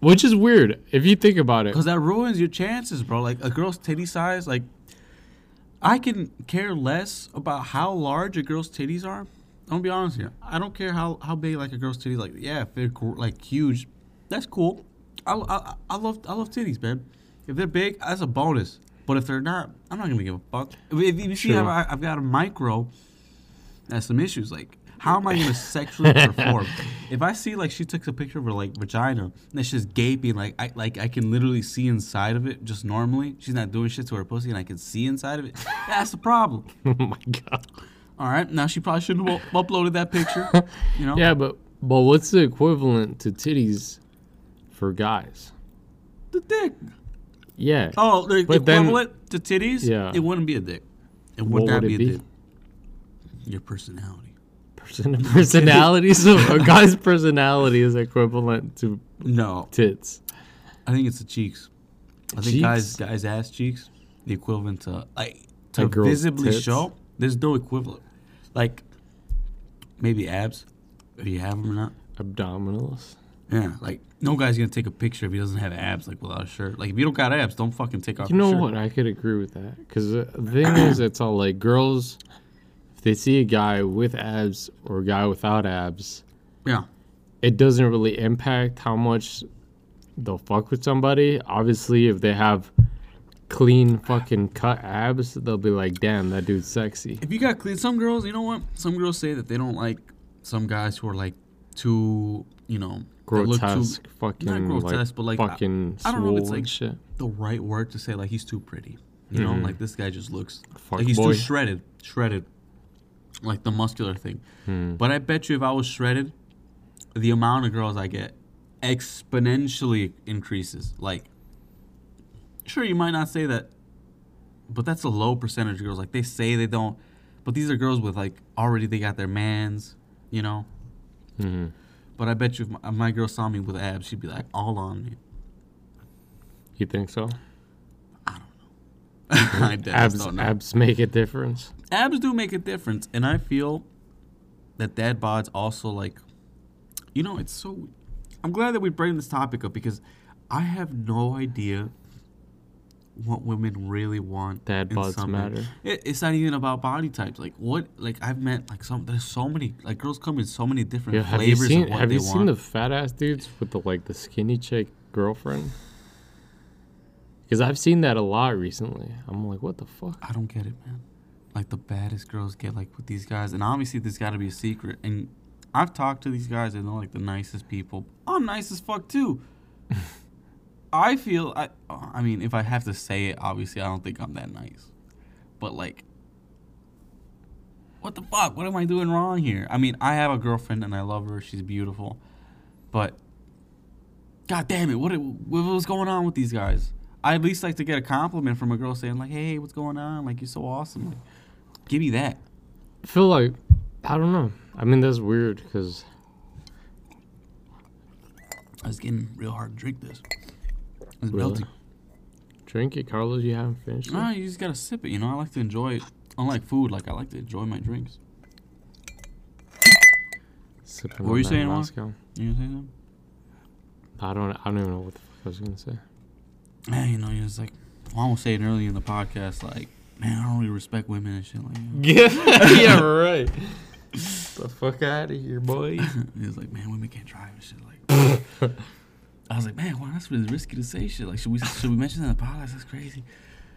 Which is weird if you think about it. Because that ruins your chances, bro. Like, a girl's titty size, like, I can care less about how large a girl's titties are. I'm gonna be honest here. I don't care how, how big like a girl's titties. Like, yeah, if they're gr- like huge, that's cool. I, I, I love I love titties, man. If they're big, that's a bonus. But if they're not, I'm not gonna give a fuck. If, if you see True. how I, I've got a micro, that's some issues. Like, how am I gonna sexually perform? If I see like she took a picture of her like vagina and it's just gaping, like I like I can literally see inside of it just normally. She's not doing shit to her pussy and I can see inside of it. That's the problem. oh my god. All right, now she probably shouldn't have up- uploaded that picture. You know? Yeah, but but what's the equivalent to titties for guys? The dick. Yeah. Oh, the But then- equivalent to titties? Yeah. It wouldn't be a dick. It What would would not it be a be? dick. Your personality. Person- personality. so a guy's personality is equivalent to No, tits. I think it's the cheeks. I think Cheeks? guys guys ass cheeks, the equivalent to like to Like girls' visibly tits? show. There's no equivalent. Like maybe abs, if you have them or not. Abdominals. Yeah, like no guy's gonna take a picture if he doesn't have abs, like without a shirt. Like if you don't got abs, don't fucking take off. You know your shirt. what? I could agree with that because the thing is, it's all like girls. If they see a guy with abs or a guy without abs, Yeah, it doesn't really impact how much they'll fuck with somebody. Obviously, if they have clean fucking cut abs, they'll be like, "Damn, that dude's sexy." if you got clean, some girls, you know what? Some girls say that they don't like some guys who are like too, you know, that look too- Grotesque, fucking, grotesque, like, but, like, I- fucking I don't know if it's, swole and like, shit. the right word to say like he's too pretty. You know, like this guy just looks Mm-hmm. Fuck like he's boy. too shredded, shredded, like the muscular thing. Hmm. But I bet you, if I was shredded, the amount of girls I get exponentially increases. Like, sure, you might not say that, but that's a low percentage of girls. Like they say they don't, but these are girls with like already they got their man's. You know. Mm-hmm. But I bet you, if my, my girl saw me with abs, she'd be like, all on me. You think so? I dead just Abs, don't know. abs make a difference. abs do make a difference, and I feel that dad bods also like, you know, it's so. I'm glad that we bring this topic up because I have no idea what women really want. Dad in bods some men. matter. It, it's not even about body types. Like what? Like I've met like some. There's so many like girls come in so many different Yeah, have you flavors seen of what have they you want. seen the fat ass dudes with the like the skinny chick girlfriend? Because I've seen that a lot recently. I'm like, what the fuck? I don't get it, man. Like the baddest girls get like with these guys, and obviously there's got to be a secret. And I've talked to these guys, and they're like the nicest people. I'm nice as fuck too. I feel I, I mean, if I have to say it, obviously I don't think I'm that nice, but like, what the fuck? What am I doing wrong here? I mean, I have a girlfriend and I love her. She's beautiful, but God damn it, what, what was going on with these guys? I at least like to get a compliment from a girl saying like, "Hey, what's going on? Like, you're so awesome. Like, give me that." I feel like I don't know. I mean, that's weird because I was getting real hard to drink this. It's Really? melting. drink it, Carlos. You haven't finished. Ah, It. you just gotta sip it. You know, I like to enjoy it. Unlike food, like I like to enjoy my drinks. Sipping what on were you that saying, Juan? Moscow. You know what I'm I don't. I don't even know what the fuck I was gonna say. saying? Yeah, you know, you was like, Juan was saying earlier in the podcast, like, man, I don't really respect women and shit like that. Yeah, yeah, right. the fuck out of here, boy. he was like, man, women can't drive and shit like. that." I was like, man, Juan, that's really risky to say shit. Like, should we should we mention that in the podcast? That's crazy.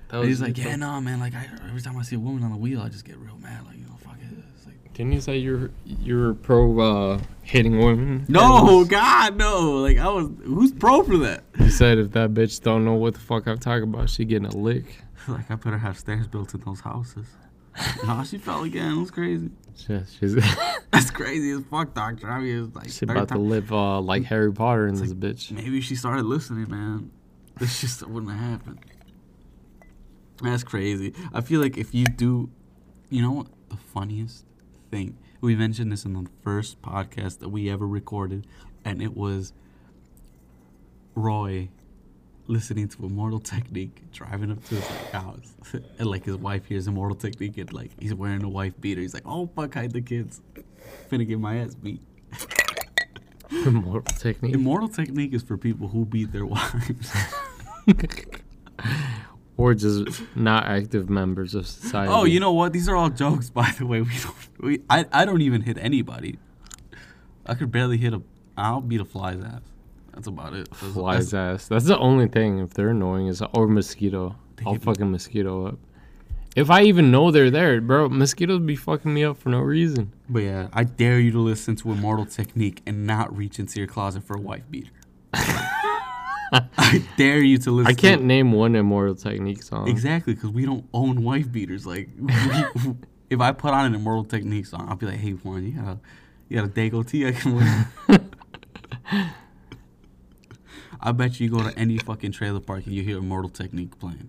That And he's like, yeah, no, man. Like I, every time I see a woman on the wheel, I just get real mad. Like, you know, fuck it. It's like, Didn't you say you're you're pro uh, hitting women? no, God, no. Like I was, who's pro for that? You said if that bitch don't know what the fuck I'm talking about, she getting a lick. like I better have stairs built in those houses. Nah, she fell again. That's crazy. She- she's That's crazy as fuck, Doctor. I mean, it's like she's third about to time- live uh, like Harry Potter in this bitch. Maybe she started listening, man. This just wouldn't have happened. That's crazy. I feel like if you do, you know what? The funniest thing. We mentioned this in the first podcast that we ever recorded, and it was Roy listening to Immortal Technique driving up to his like, house. and like his wife hears Immortal Technique, and like he's wearing a wife beater. He's like, oh, fuck, hide the kids. Finna get my ass beat. Immortal technique. Immortal Technique is for people who beat their wives. Or just not active members of society. Oh, you know what? These are all jokes, by the way. We don't. We, I, I don't even hit anybody. I could barely hit a. I'll beat a fly's ass. That's about it. That's- Flies that's- ass. That's the only thing. If they're annoying, is or mosquito. I'll Damn. fucking mosquito up. If I even know they're there, bro, mosquitoes be fucking me up for no reason. But yeah, I dare you to listen to Immortal Technique and not reach into your closet for a wife beater. I dare you to listen. I can't To, name one immortal technique song. exactly because we don't own wife beaters. Like, we, if I put on an Immortal Technique song, I'll be like, "Hey, Juan, you got a, you got a Dago T I can wear." I bet you go to any fucking trailer park and you hear Immortal Technique playing.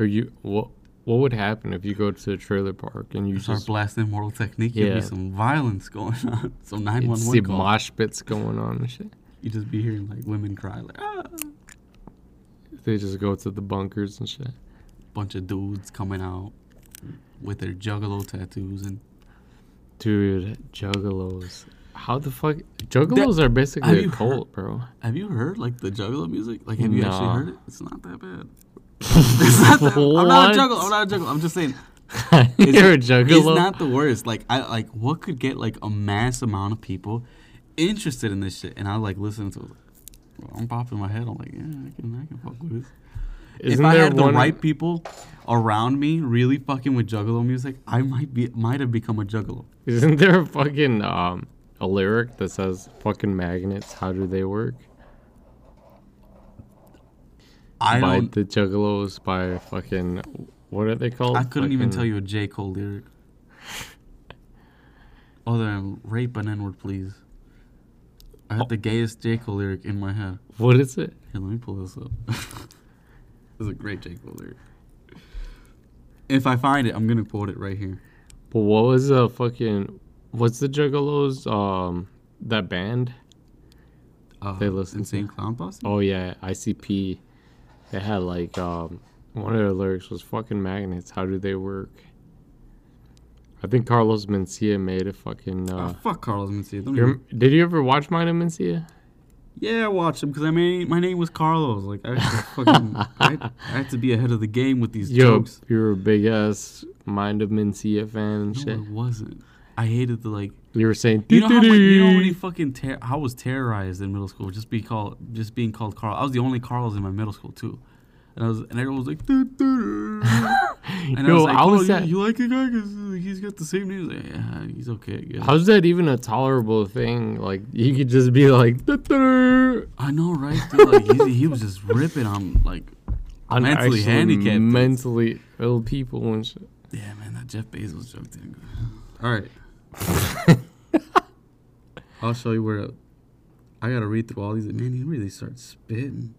Or you what? What would happen if you go to a trailer park and you You start just blasting Immortal Technique, yeah. Yeah. there'd be some violence going on. Some you'd see 911 call. mosh pits going on and shit? you just be hearing like women cry, like ah. They just go to the bunkers and shit. bunch of dudes coming out with their juggalo tattoos and Dude, juggalos. How the fuck? Juggalos are have basically a you heard- cult, bro. Have you heard like the juggalo music? Like, have you actually Nah. heard it? It's not that bad. it's not that, I'm not What? a juggalo. I'm not a juggalo. I'm just saying. it's- You're a It's juggalo. not the worst. Like, I like what could get like a mass amount of people interested in this shit, and I like listen to it. Like, I'm popping my head. I'm like, yeah, I can, I can fuck with this. Isn't if I there had the one- right people around me, really fucking with juggalo music, I might be might have become a juggalo. Isn't there a fucking um a lyric that says fucking magnets? How do they work? I by don't. the Juggalos by fucking what are they called? I couldn't even tell Fucking- you a J Cole lyric. Other than rape an N word, please. I Oh. had the gayest J Cole lyric in my head. what is it. Here, let me pull this up. this is a great Jake Cole lyric. If I find it, I'm gonna quote it right here. But what was the fucking what's the Juggalos um that band? Uh, They listen to Insane Clown Posse. Oh yeah, ICP. They had like um one of their lyrics was fucking magnets. How do they work? I think Carlos Mencia made a fucking. Oh, mm. Uh, fuck Carlos Mencia. Don't you even, rem- did you ever watch Mine and Mencia? yeah, watch him because I mean my name was Carlos. Like I had to fucking, I, had, I had to be ahead of the game with these Yo, jokes. you were a big ass Mind of Mencia fan and No, shit. it wasn't. I hated the like. You were saying, You know how many, you know how "Dee-dee-dee." many fucking ter- I was terrorized in middle school just be called just being called Carl. I was the only Carlos in my middle school too, and I was and everyone was like. "Doo-doo-doo." And I Yo, was like, I oh, was you, at- you like the guy because he's got the same name. He's Like, yeah, he's okay. I, guess." How's that even a tolerable thing? Like you could just be like, "Duh-duh-duh." I know, right? Dude, like, he's, he was just ripping on like, on Mentally actually handicapped dudes. mentally ill people and shit. yeah, man, that Jeff Bezos joke didn't go. All right, I'll show you where. I gotta read through all these. Man, he really starts spitting.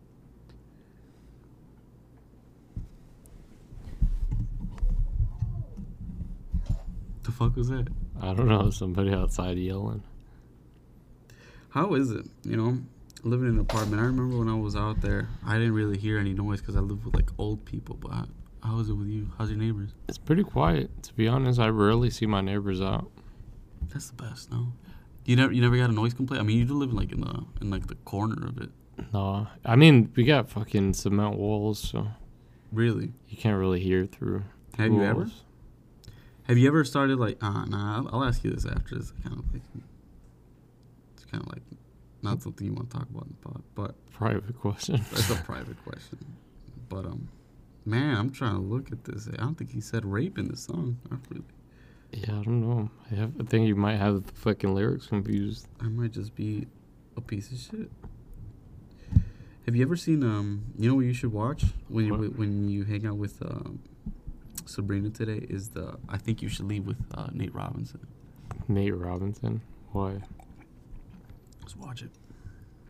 The fuck was that? I don't know. Somebody outside yelling. how is it you know living in an apartment i remember when i was out there i didn't really hear any noise because i live with like old people but how, how is it with you how's your neighbors It's pretty quiet, to be honest. I rarely see my neighbors out. that's the best no you never you never got a noise complaint i mean you do live like in the in like the corner of it No, I mean we got fucking cement walls, so really you can't really hear through. the have you ever walls. have you ever started like ah nah I'll- i'll ask you this after this kind of like it's kind of like not something you want to talk about in the pod but Private question. That's a private question. But um, man, I'm trying to look at this. I don't think he said rape in the song. I really, yeah, I don't know. I, have, I think you might have the fucking lyrics confused. I might just be a piece of shit. Have you ever seen um? You know what you should watch when you What? when you hang out with um, Sabrina today is the I think you should leave with uh, Nate Robinson. Nate Robinson. Why? Let's watch it.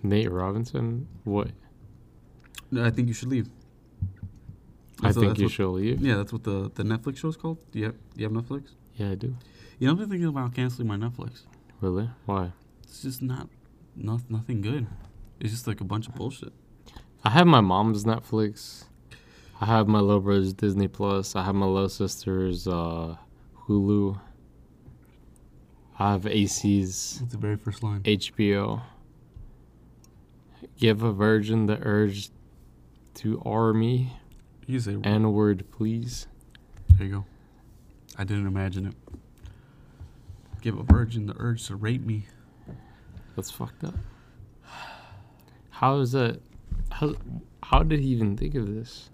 Nate Robinson. What? No, I think you should leave. I That's what- think that's you what- should leave. Yeah, that's what the, the Netflix show's called. Do you have do you have Netflix? Yeah, I do. You know, I've been thinking about canceling my Netflix. Really? Why? It's just not, not nothing good. It's just like a bunch of bullshit. I have my mom's Netflix. I have my little brother's Disney Plus. I have my little sister's uh, Hulu. I have AC's That's the very first line. HBO. Give a virgin the urge to R me. You say N word, please. There you go. I didn't imagine it. Give a virgin the urge to rape me. That's fucked up. How is that? How, how did he even think of this?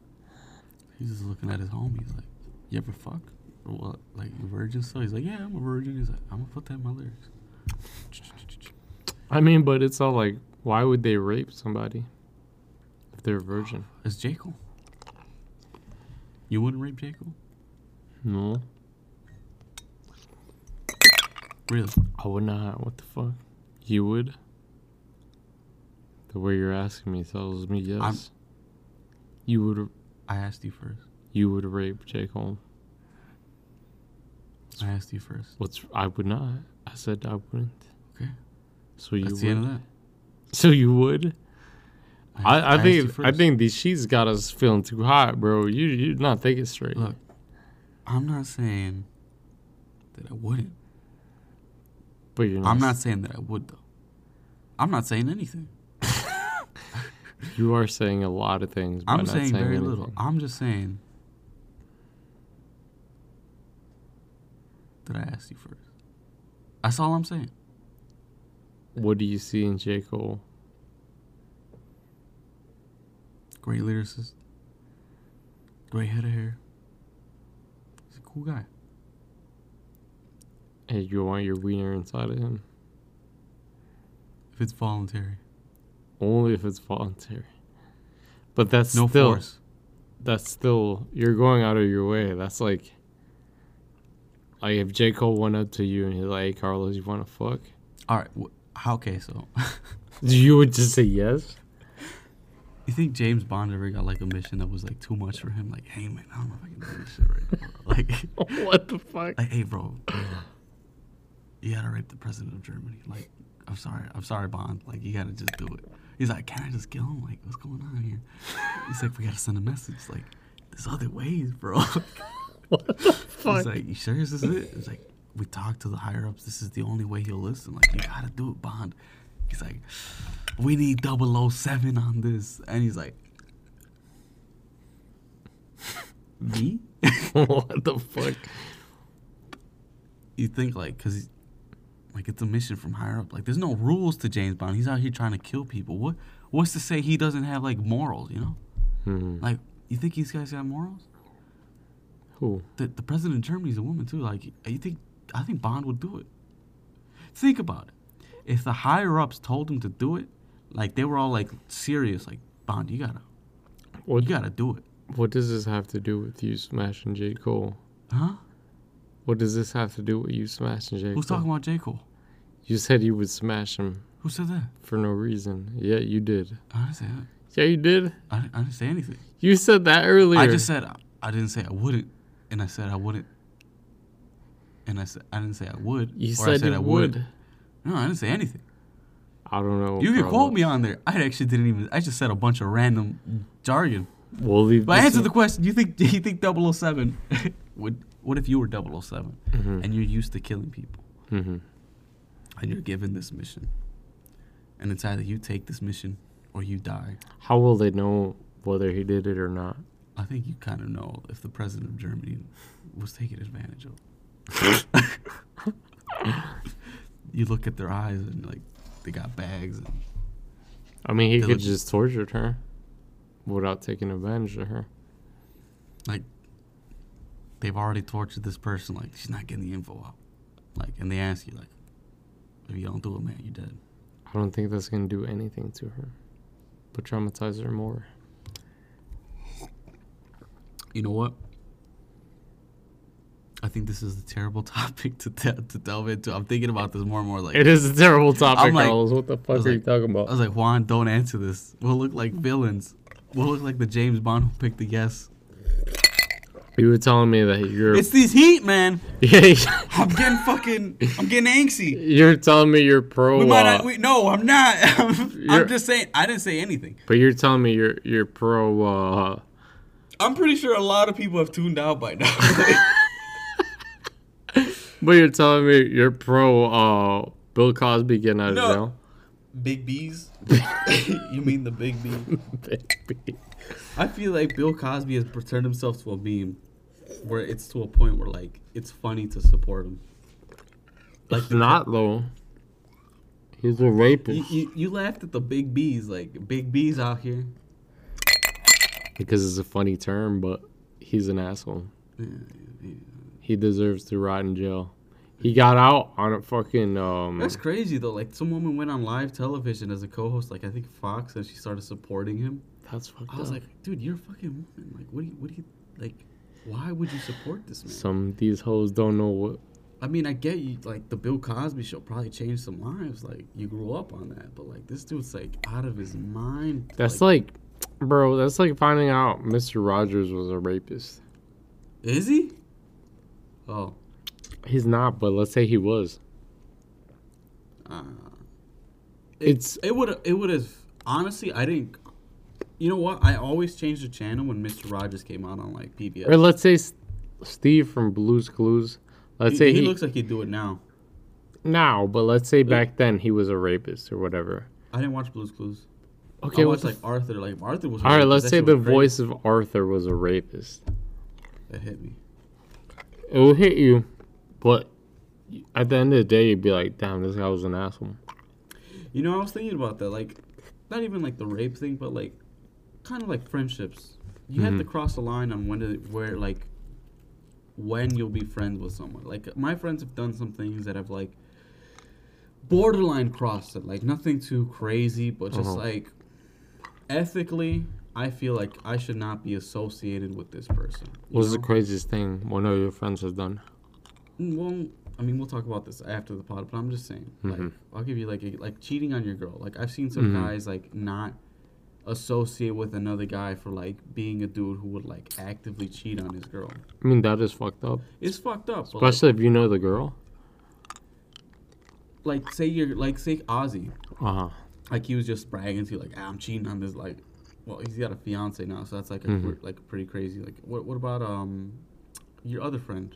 He's just looking at his home. He's like, "You ever fuck or what? Like you virgin still?" He's like, "Yeah, I'm a virgin." He's like, "I'm gonna put that in my lyrics." I mean, but it's all like, why would they rape somebody if they're a virgin? It's Jacob. You wouldn't rape Jacob, No, really? I would not. What the fuck? You would? The way you're asking me tells me yes. You would. I asked you first. You would rape Jake Holm. I asked you first. What's? I would not. I said I wouldn't. Okay. So you That's the would. end of that. So you would. I, I asked you think I first. think these sheets got us feeling too hot, bro. You you're not thinking straight. Look, I'm not saying that I wouldn't. but you're not. I'm not saying that I would though. I'm not saying anything. You are saying a lot of things. by I'm not saying, very little. anything. I'm just saying that I asked you first. That's all I'm saying. What do you see in J Cole? Great lyricist. Great head of hair. He's a cool guy. Hey, you want your wiener inside of him? If it's voluntary, Only if it's voluntary. But that's no still force. that's still you're going out of your way. That's like like if J Cole went up to you and he's like, "Hey, Carlos, you want to fuck?" All right. Wh- how- okay, so You would just say yes. You think James Bond ever got like a mission that was like too much for him? Like, hey man, I don't know if I can do this shit right now. bro." Like, what the fuck? like, hey bro, you gotta rape the president of Germany. Like, I'm sorry, I'm sorry, Bond. Like, you gotta just do it. He's like, can I just kill him? Like, what's going on here? He's like, we gotta send a message. Like, there's other ways, bro. What the fuck? He's like, you sure this is it? He's like, we talked to the higher ups. This is the only way he'll listen. Like, you gotta do it, Bond. He's like, we need 007 on this. And he's like, me? what the fuck? you think, like, because like it's a mission from higher up. Like, there's no rules to James Bond. He's out here trying to kill people. What? What's to say he doesn't have like morals? You know? Hmm. Like, you think these guys got morals? Who? the, the president of Germany's a woman too. Like you think I think Bond would do it. Think about it. If the higher ups told him to do it, like they were all like serious, like Bond, you gotta What? you gotta do it. What does this have to do with you smashing J Cole? Huh? What does this have to do with you smashing J Cole? Who's talking about J. Cole? You said you would smash him Who said that? for no reason. Yeah, you did. I didn't say that. Yeah, you did. I didn't, I didn't say anything. You said that earlier. I just said I, I didn't say I wouldn't, and I said I wouldn't, and I said I didn't say I would. you or said, it I would. wouldn't. No, I didn't say anything. I don't know. You can bro. quote me on there. I actually didn't even. I just said a bunch of random jargon. We'll leave. But this answer in- the question. You think you think 007 would what if you were 7 Mm-hmm. and you're used to killing people Mhm. and you're given this mission. And it's either you take this mission or you die. How will they know whether he did it or not? I think you kind of know if the president of Germany was taken advantage of. you look at their eyes and like they got bags and I mean, he They could look- just tortured her without taking advantage of her. like they've already tortured this person like she's not getting the info out. Like and they ask you like if you don't do it man, you're dead. I don't think that's gonna do anything to her, but traumatize her more. You know what? I think this is a terrible topic to de- to delve into. I'm thinking about this more and more. Like It is a terrible topic, I'm like- Carlos. What the fuck are you like- talking I about? was like, Juan, don't answer this. We'll look like villains. We'll look like the James Bond who picked the yes. You were telling me that you're It's these heat, man. yeah, I'm getting fucking. I'm getting angsty. you're telling me you're pro, We might not, uh, we, no, I'm not. I'm, You're- I'm just saying. I didn't say anything. but you're telling me you're you're pro. Uh, I'm pretty sure a lot of people have tuned out by now. but you're telling me you're pro. Uh, Bill Cosby getting out of No. jail. big B's. you mean the big B? Baby. I feel like Bill Cosby has turned himself to a meme, where it's to a point where like it's funny to support him. Like not though. He's a You, rapist you, you laughed at the big B's, like big B's out here. because it's a funny term, but he's an asshole. Yeah, He deserves to rot in jail. He got out on a fucking um. That's crazy though. Like some woman went on live television as a co-host, like I think Fox, and she started supporting him. That's fucked I was up. like, dude, you're a fucking woman. Like, what do you, what do you, like, why would you support this man? Some these hoes don't know what. I mean, I get you, like, the Bill Cosby show probably changed some lives. Like, you grew up on that, but like, this dude's like out of his mind. That's like, bro. That's like finding out Mr. Rogers was a rapist. is he? Oh, He's not, but let's say he was. uh, It's it would, it would have. Honestly, I didn't. You know what? I always changed the channel when Mr. Rogers came out on like PBS. or let's say S- Steve from Blue's Clues. Let's He, say he he, looks like he'd do it now. now, but let's say back then he was a rapist or whatever. I didn't watch Blue's Clues. Okay, I what's watched like? like Arthur. Like if Arthur was. All right, rapist, let's that say shit the was crazy. voice of Arthur was a rapist. that hit me. It will hit you, but at the end of the day, you'd be like, "Damn, this guy was an asshole." You know, I was thinking about that, like, not even like the rape thing, but like, kind of like friendships. You have to Mm-hmm. cross the line on when to where like, when you'll be friends with someone. Like my friends have done some things that have like, borderline crossed it. Like nothing too crazy, but just Uh-huh. like, ethically, I feel like I should not be associated with this person. you What was the know? craziest thing one of your friends has done? Mm, Well, I mean, we'll talk about this after the pod, but I'm just saying, like, I'll give you like a, like cheating on your girl. Like I've seen some guys like not associate with another guy for like being a dude who would like actively cheat on his girl. I mean, that is fucked up. It's fucked up. But, like, Especially if you know the girl. like say you're like say Ozzy, Uh Uh-huh. huh. like he was just bragging to you like ah, I'm cheating on this like, well he's got a fiance now, so that's like a, cr- like pretty crazy. Like what what about um your other friend?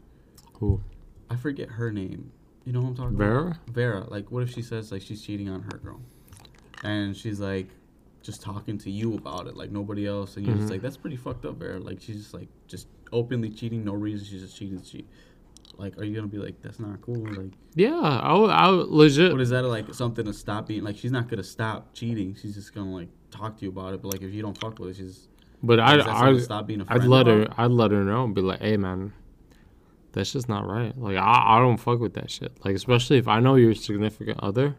Cool. I forget her name. You know who I'm talking about? Vera? Vera, like, what if she says like she's cheating on her girl, and she's like, just talking to you about it, like nobody else, and you're just Mm-hmm. like, that's pretty fucked up, Vera. Like she's just like just openly cheating, no reason. She's just cheating to cheat. Like, are you gonna be like, that's not cool? Like, Yeah, I would, I would legit. what is that like something to stop being? Like, she's not gonna stop cheating. She's just gonna like talk to you about it. But like, if you don't fuck with it, she's But is I'd, that something to I'd, stop being a friend. I'd let her, about? I'd let her know and be like, hey, man, that's just not right. Like, I, I don't fuck with that shit. Like, especially if I know your significant other,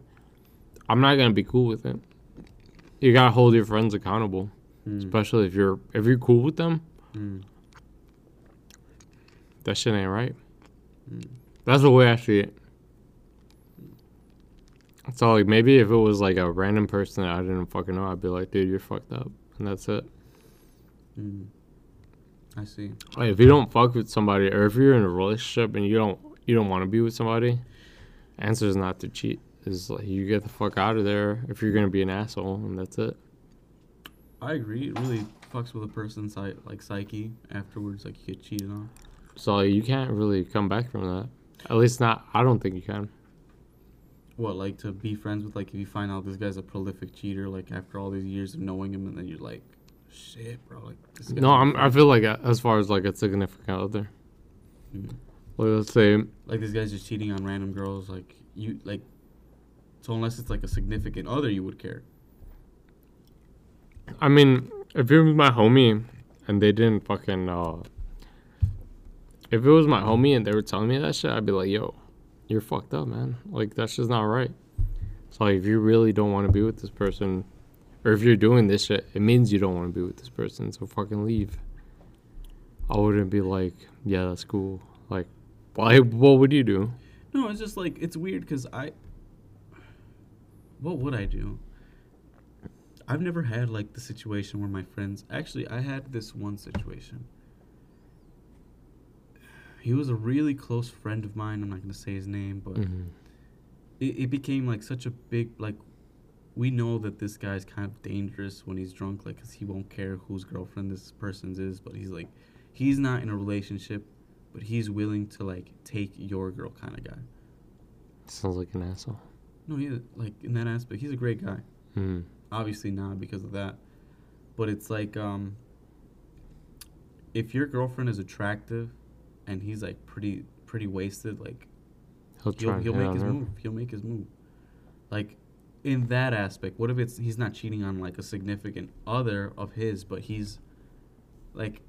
I'm not going to be cool with it. You got to hold your friends accountable, Mm. especially if you're, if you're cool with them. That shit ain't right. That's the way I see it. So like maybe if it was like a random person that I didn't fucking know, I'd be like, dude, you're fucked up, and that's it. mm. I see. Like, if you don't fuck with somebody, or if you're in a relationship and you don't you don't want to be with somebody, answer is not to cheat. Is like you get the fuck out of there if you're gonna be an asshole, and that's it. I agree. It really fucks with a person's psy- like psyche afterwards. Like you get cheated on. So like, you can't really come back from that. At least not. I don't think you can. What like to be friends with? Like if you find out this guy's a prolific cheater, like after all these years of knowing him, and then you're like, shit, bro. Like this guy's No, my I'm. friend. I feel like uh, as far as like a significant other, like let's say like this guy's just cheating on random girls. Like you like. So unless it's like a significant other, you would care. I mean, if it was my homie and they didn't fucking uh if it was my homie and they were telling me that shit, I'd be like, yo, you're fucked up, man. Like that's just not right. So like if you really don't want to be with this person or if you're doing this shit, it means you don't want to be with this person, so fucking leave. I wouldn't be like, yeah, that's cool. Like Why? What would you do? No, it's just like it's weird because I. What would I do? I've never had like the situation where my friends. Actually, I had this one situation. He was a really close friend of mine. I'm not gonna say his name, but Mm-hmm. it, it became like such a big like. We know that this guy's kind of dangerous when he's drunk, like, 'cause he won't care whose girlfriend this person's is, but he's like, he's not in a relationship, but he's willing to like take your girl kind of guy. Sounds like an asshole. No, he like in that aspect, he's a great guy. Hmm. Obviously not because of that, but it's like um, if your girlfriend is attractive, and he's like pretty pretty wasted, like He'll he'll try. he'll make his move. move. He'll make his move. Like in that aspect, what if it's he's not cheating on like a significant other of his, but he's like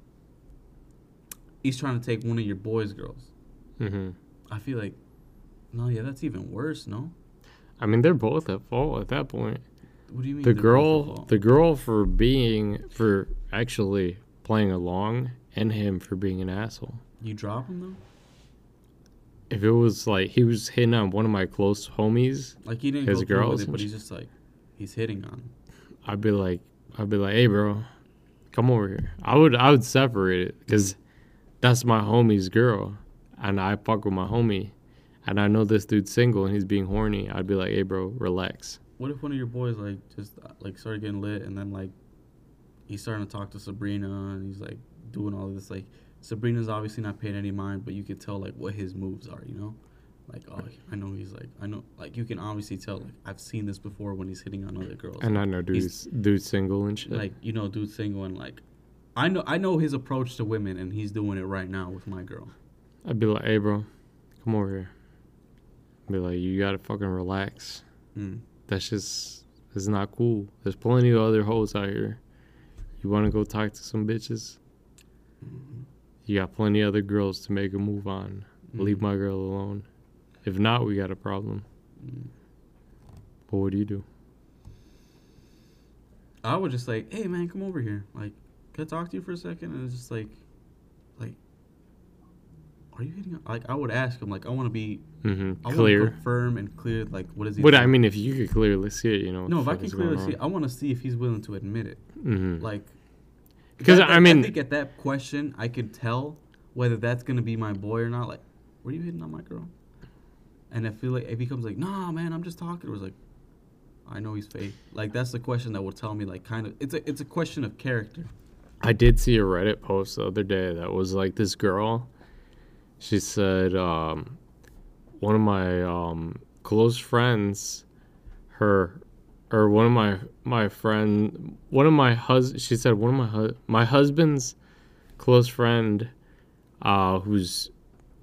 he's trying to take one of your boys' girls. hmm I feel like no, yeah, that's even worse. No, I mean, they're both at fault at that point. what do you mean? The they're both at girl, fault? the girl for being for actually playing along, and him for being an asshole. You drop him though? If it was like he was hitting on one of my close homies, Like he didn't His go through girls with it, and but he's sh- just like he's hitting on. him. I'd be like, I'd be like, hey, bro, come over here. I would, I would separate it because that's my homie's girl, and I fuck with my homie, and I know this dude's single and he's being horny. I'd be like, hey, bro, relax. What if one of your boys like just uh, like started getting lit and then like he's starting to talk to Sabrina and he's like doing all this like Sabrina's obviously not paying any mind, but you could tell like what his moves are, you know? Like oh, I know he's like I know like you can obviously tell like I've seen this before when he's hitting on other girls. And I know dude's dude's single and shit. like you know, dude single and like I know I know his approach to women and he's doing it right now with my girl. I'd be like, hey, bro, come over here. I'd be like, you gotta fucking relax. Mm. That's just, it's not cool. There's plenty of other hoes out here. You wanna go talk to some bitches? Mm-hmm. You got plenty of other girls to make a move on. Mm. Leave Mm-hmm. my girl alone. If not, we got a problem. Mm. But what do you do? I would just like, hey man, come over here. Like, can I talk to you for a second? And it's just like, like, are you hitting? Like, I would ask him. Like, I want to be Mm-hmm. I Wanna Clear. confirm and clear. Like, what is he? But I doing? mean, if you could clearly see it, you know. no, if I can clearly see, I want to see if he's willing to admit it. Mm-hmm. Like, 'Cause that- I mean- I think at that question, I could tell whether that's gonna be my boy or not. Like, were you hitting on my girl? And I feel like if he comes like, nah, man, I'm just talking. It was like, I know he's fake. Like, that's the question that will tell me. Like, kind of, it's a, it's a question of character. I did see a Reddit post the other day that was like this girl. She said, um, one of my um, close friends, her, or one of my my friend, one of my hus. She said one of my hu- my husband's close friend, uh, who's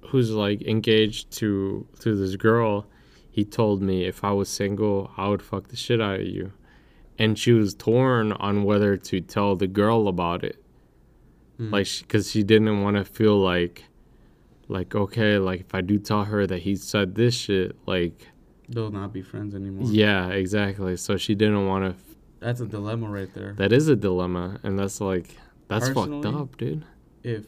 who's like engaged to to this girl. He told me if I was single, I would fuck the shit out of you and she was torn on whether to tell the girl about it Hmm. like because she, didn't want to feel like like okay like if i do tell her that he said this shit like They'll not be friends anymore. yeah exactly so she didn't want to That's a dilemma right there. that is a dilemma and that's like that's fucked Personally- up dude If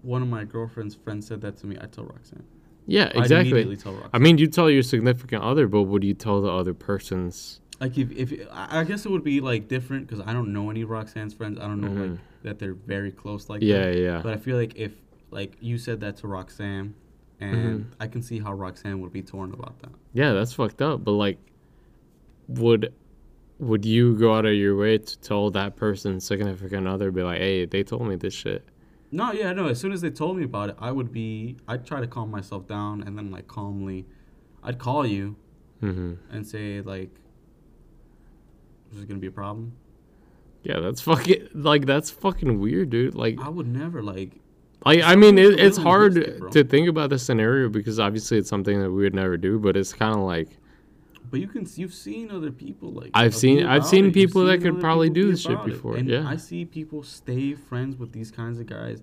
one of my girlfriend's friends said that to me, I'd tell Roxanne. yeah I'd immediately exactly tell Roxanne. i mean you tell your significant other but would you tell the other person's like if, if I I guess it would be like different because I don't know any Roxanne's friends. I don't know like that they're very close like Mm-hmm. yeah that. yeah But I feel like if like you said that to Roxanne, and Mm-hmm. I can see how Roxanne would be torn about that. Yeah, that's fucked up. But like, would would you go out of your way to tell that person's significant other, be like, "Hey, they told me this shit." No, yeah, no. As soon as they told me about it, I would be. I'd try to calm myself down and then like calmly, I'd call you hmm and say like, "This is gonna be a problem." Yeah, that's fucking like that's fucking weird, dude. Like, I would never like I, I mean, it, really it's hard risky, bro. to think about the scenario because obviously it's something that we would never do. But it's kind of like But you can you've seen other people like I've uh, seen- be I've about seen it. You've people that seen could other probably people do be this shit about it. before, And yeah. I see people stay friends with these kinds of guys.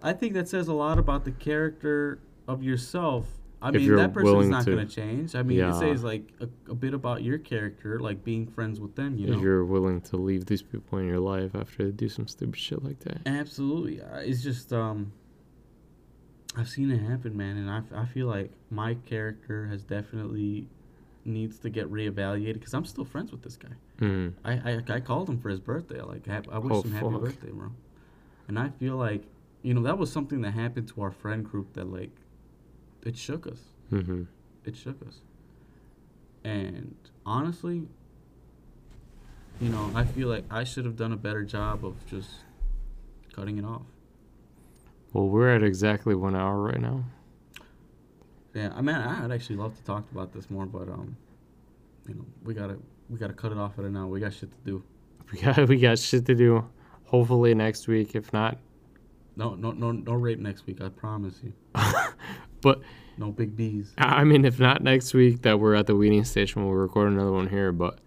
I think that says a lot about the character of yourself. I If mean, you're that person's willing not to- going to change. I mean, Yeah. it says like a, a bit about your character, like being friends with them. You know, if you're willing to leave these people in your life after they do some stupid shit like that. absolutely. Uh, It's just um, I've seen it happen, man, and I, f- I feel like my character has definitely needs to get reevaluated because I'm still friends with this guy. Mm. I, I I called him for his birthday. Like hap- I wished Oh, him happy fuck. birthday, bro. And I feel like you know that was something that happened to our friend group that like it shook us. Mm-hmm. It shook us. And honestly, you know, I feel like I should have done a better job of just cutting it off. Well, we're at exactly one hour right now. Yeah, I mean, I'd actually love to talk about this more, but um, you know, we gotta we gotta cut it off right now. We got shit to do. We got we got shit to do. Hopefully next week. If not, No, no, no, no rape next week. I promise you. but No big B's. I I mean, if not next week, that we're at the weeding station, we'll record another one here. But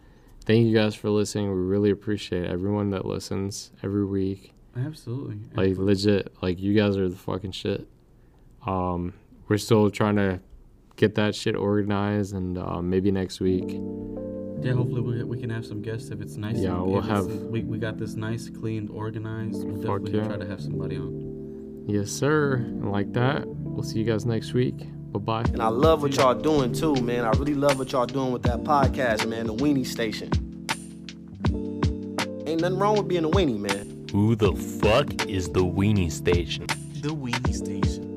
thank you guys for listening. We really appreciate everyone that listens every week. Absolutely. Like legit, like you guys are the fucking shit. Um, we're still trying to get that shit organized, and uh, maybe next week. yeah, hopefully we, we can have some guests if it's nice. Yeah, and- we'll if it's- have- We, we got this nice, cleaned, organized. We'll Fuck definitely yeah. try to have somebody on. Yes, sir. And like that, we'll see you guys next week. Bye bye. And I love what y'all doing too, man. I really love what y'all doing with that podcast, man, the Weenie Station. Ain't nothing wrong with being a weenie, man. Who the fuck is the weenie station? The Weenie Station.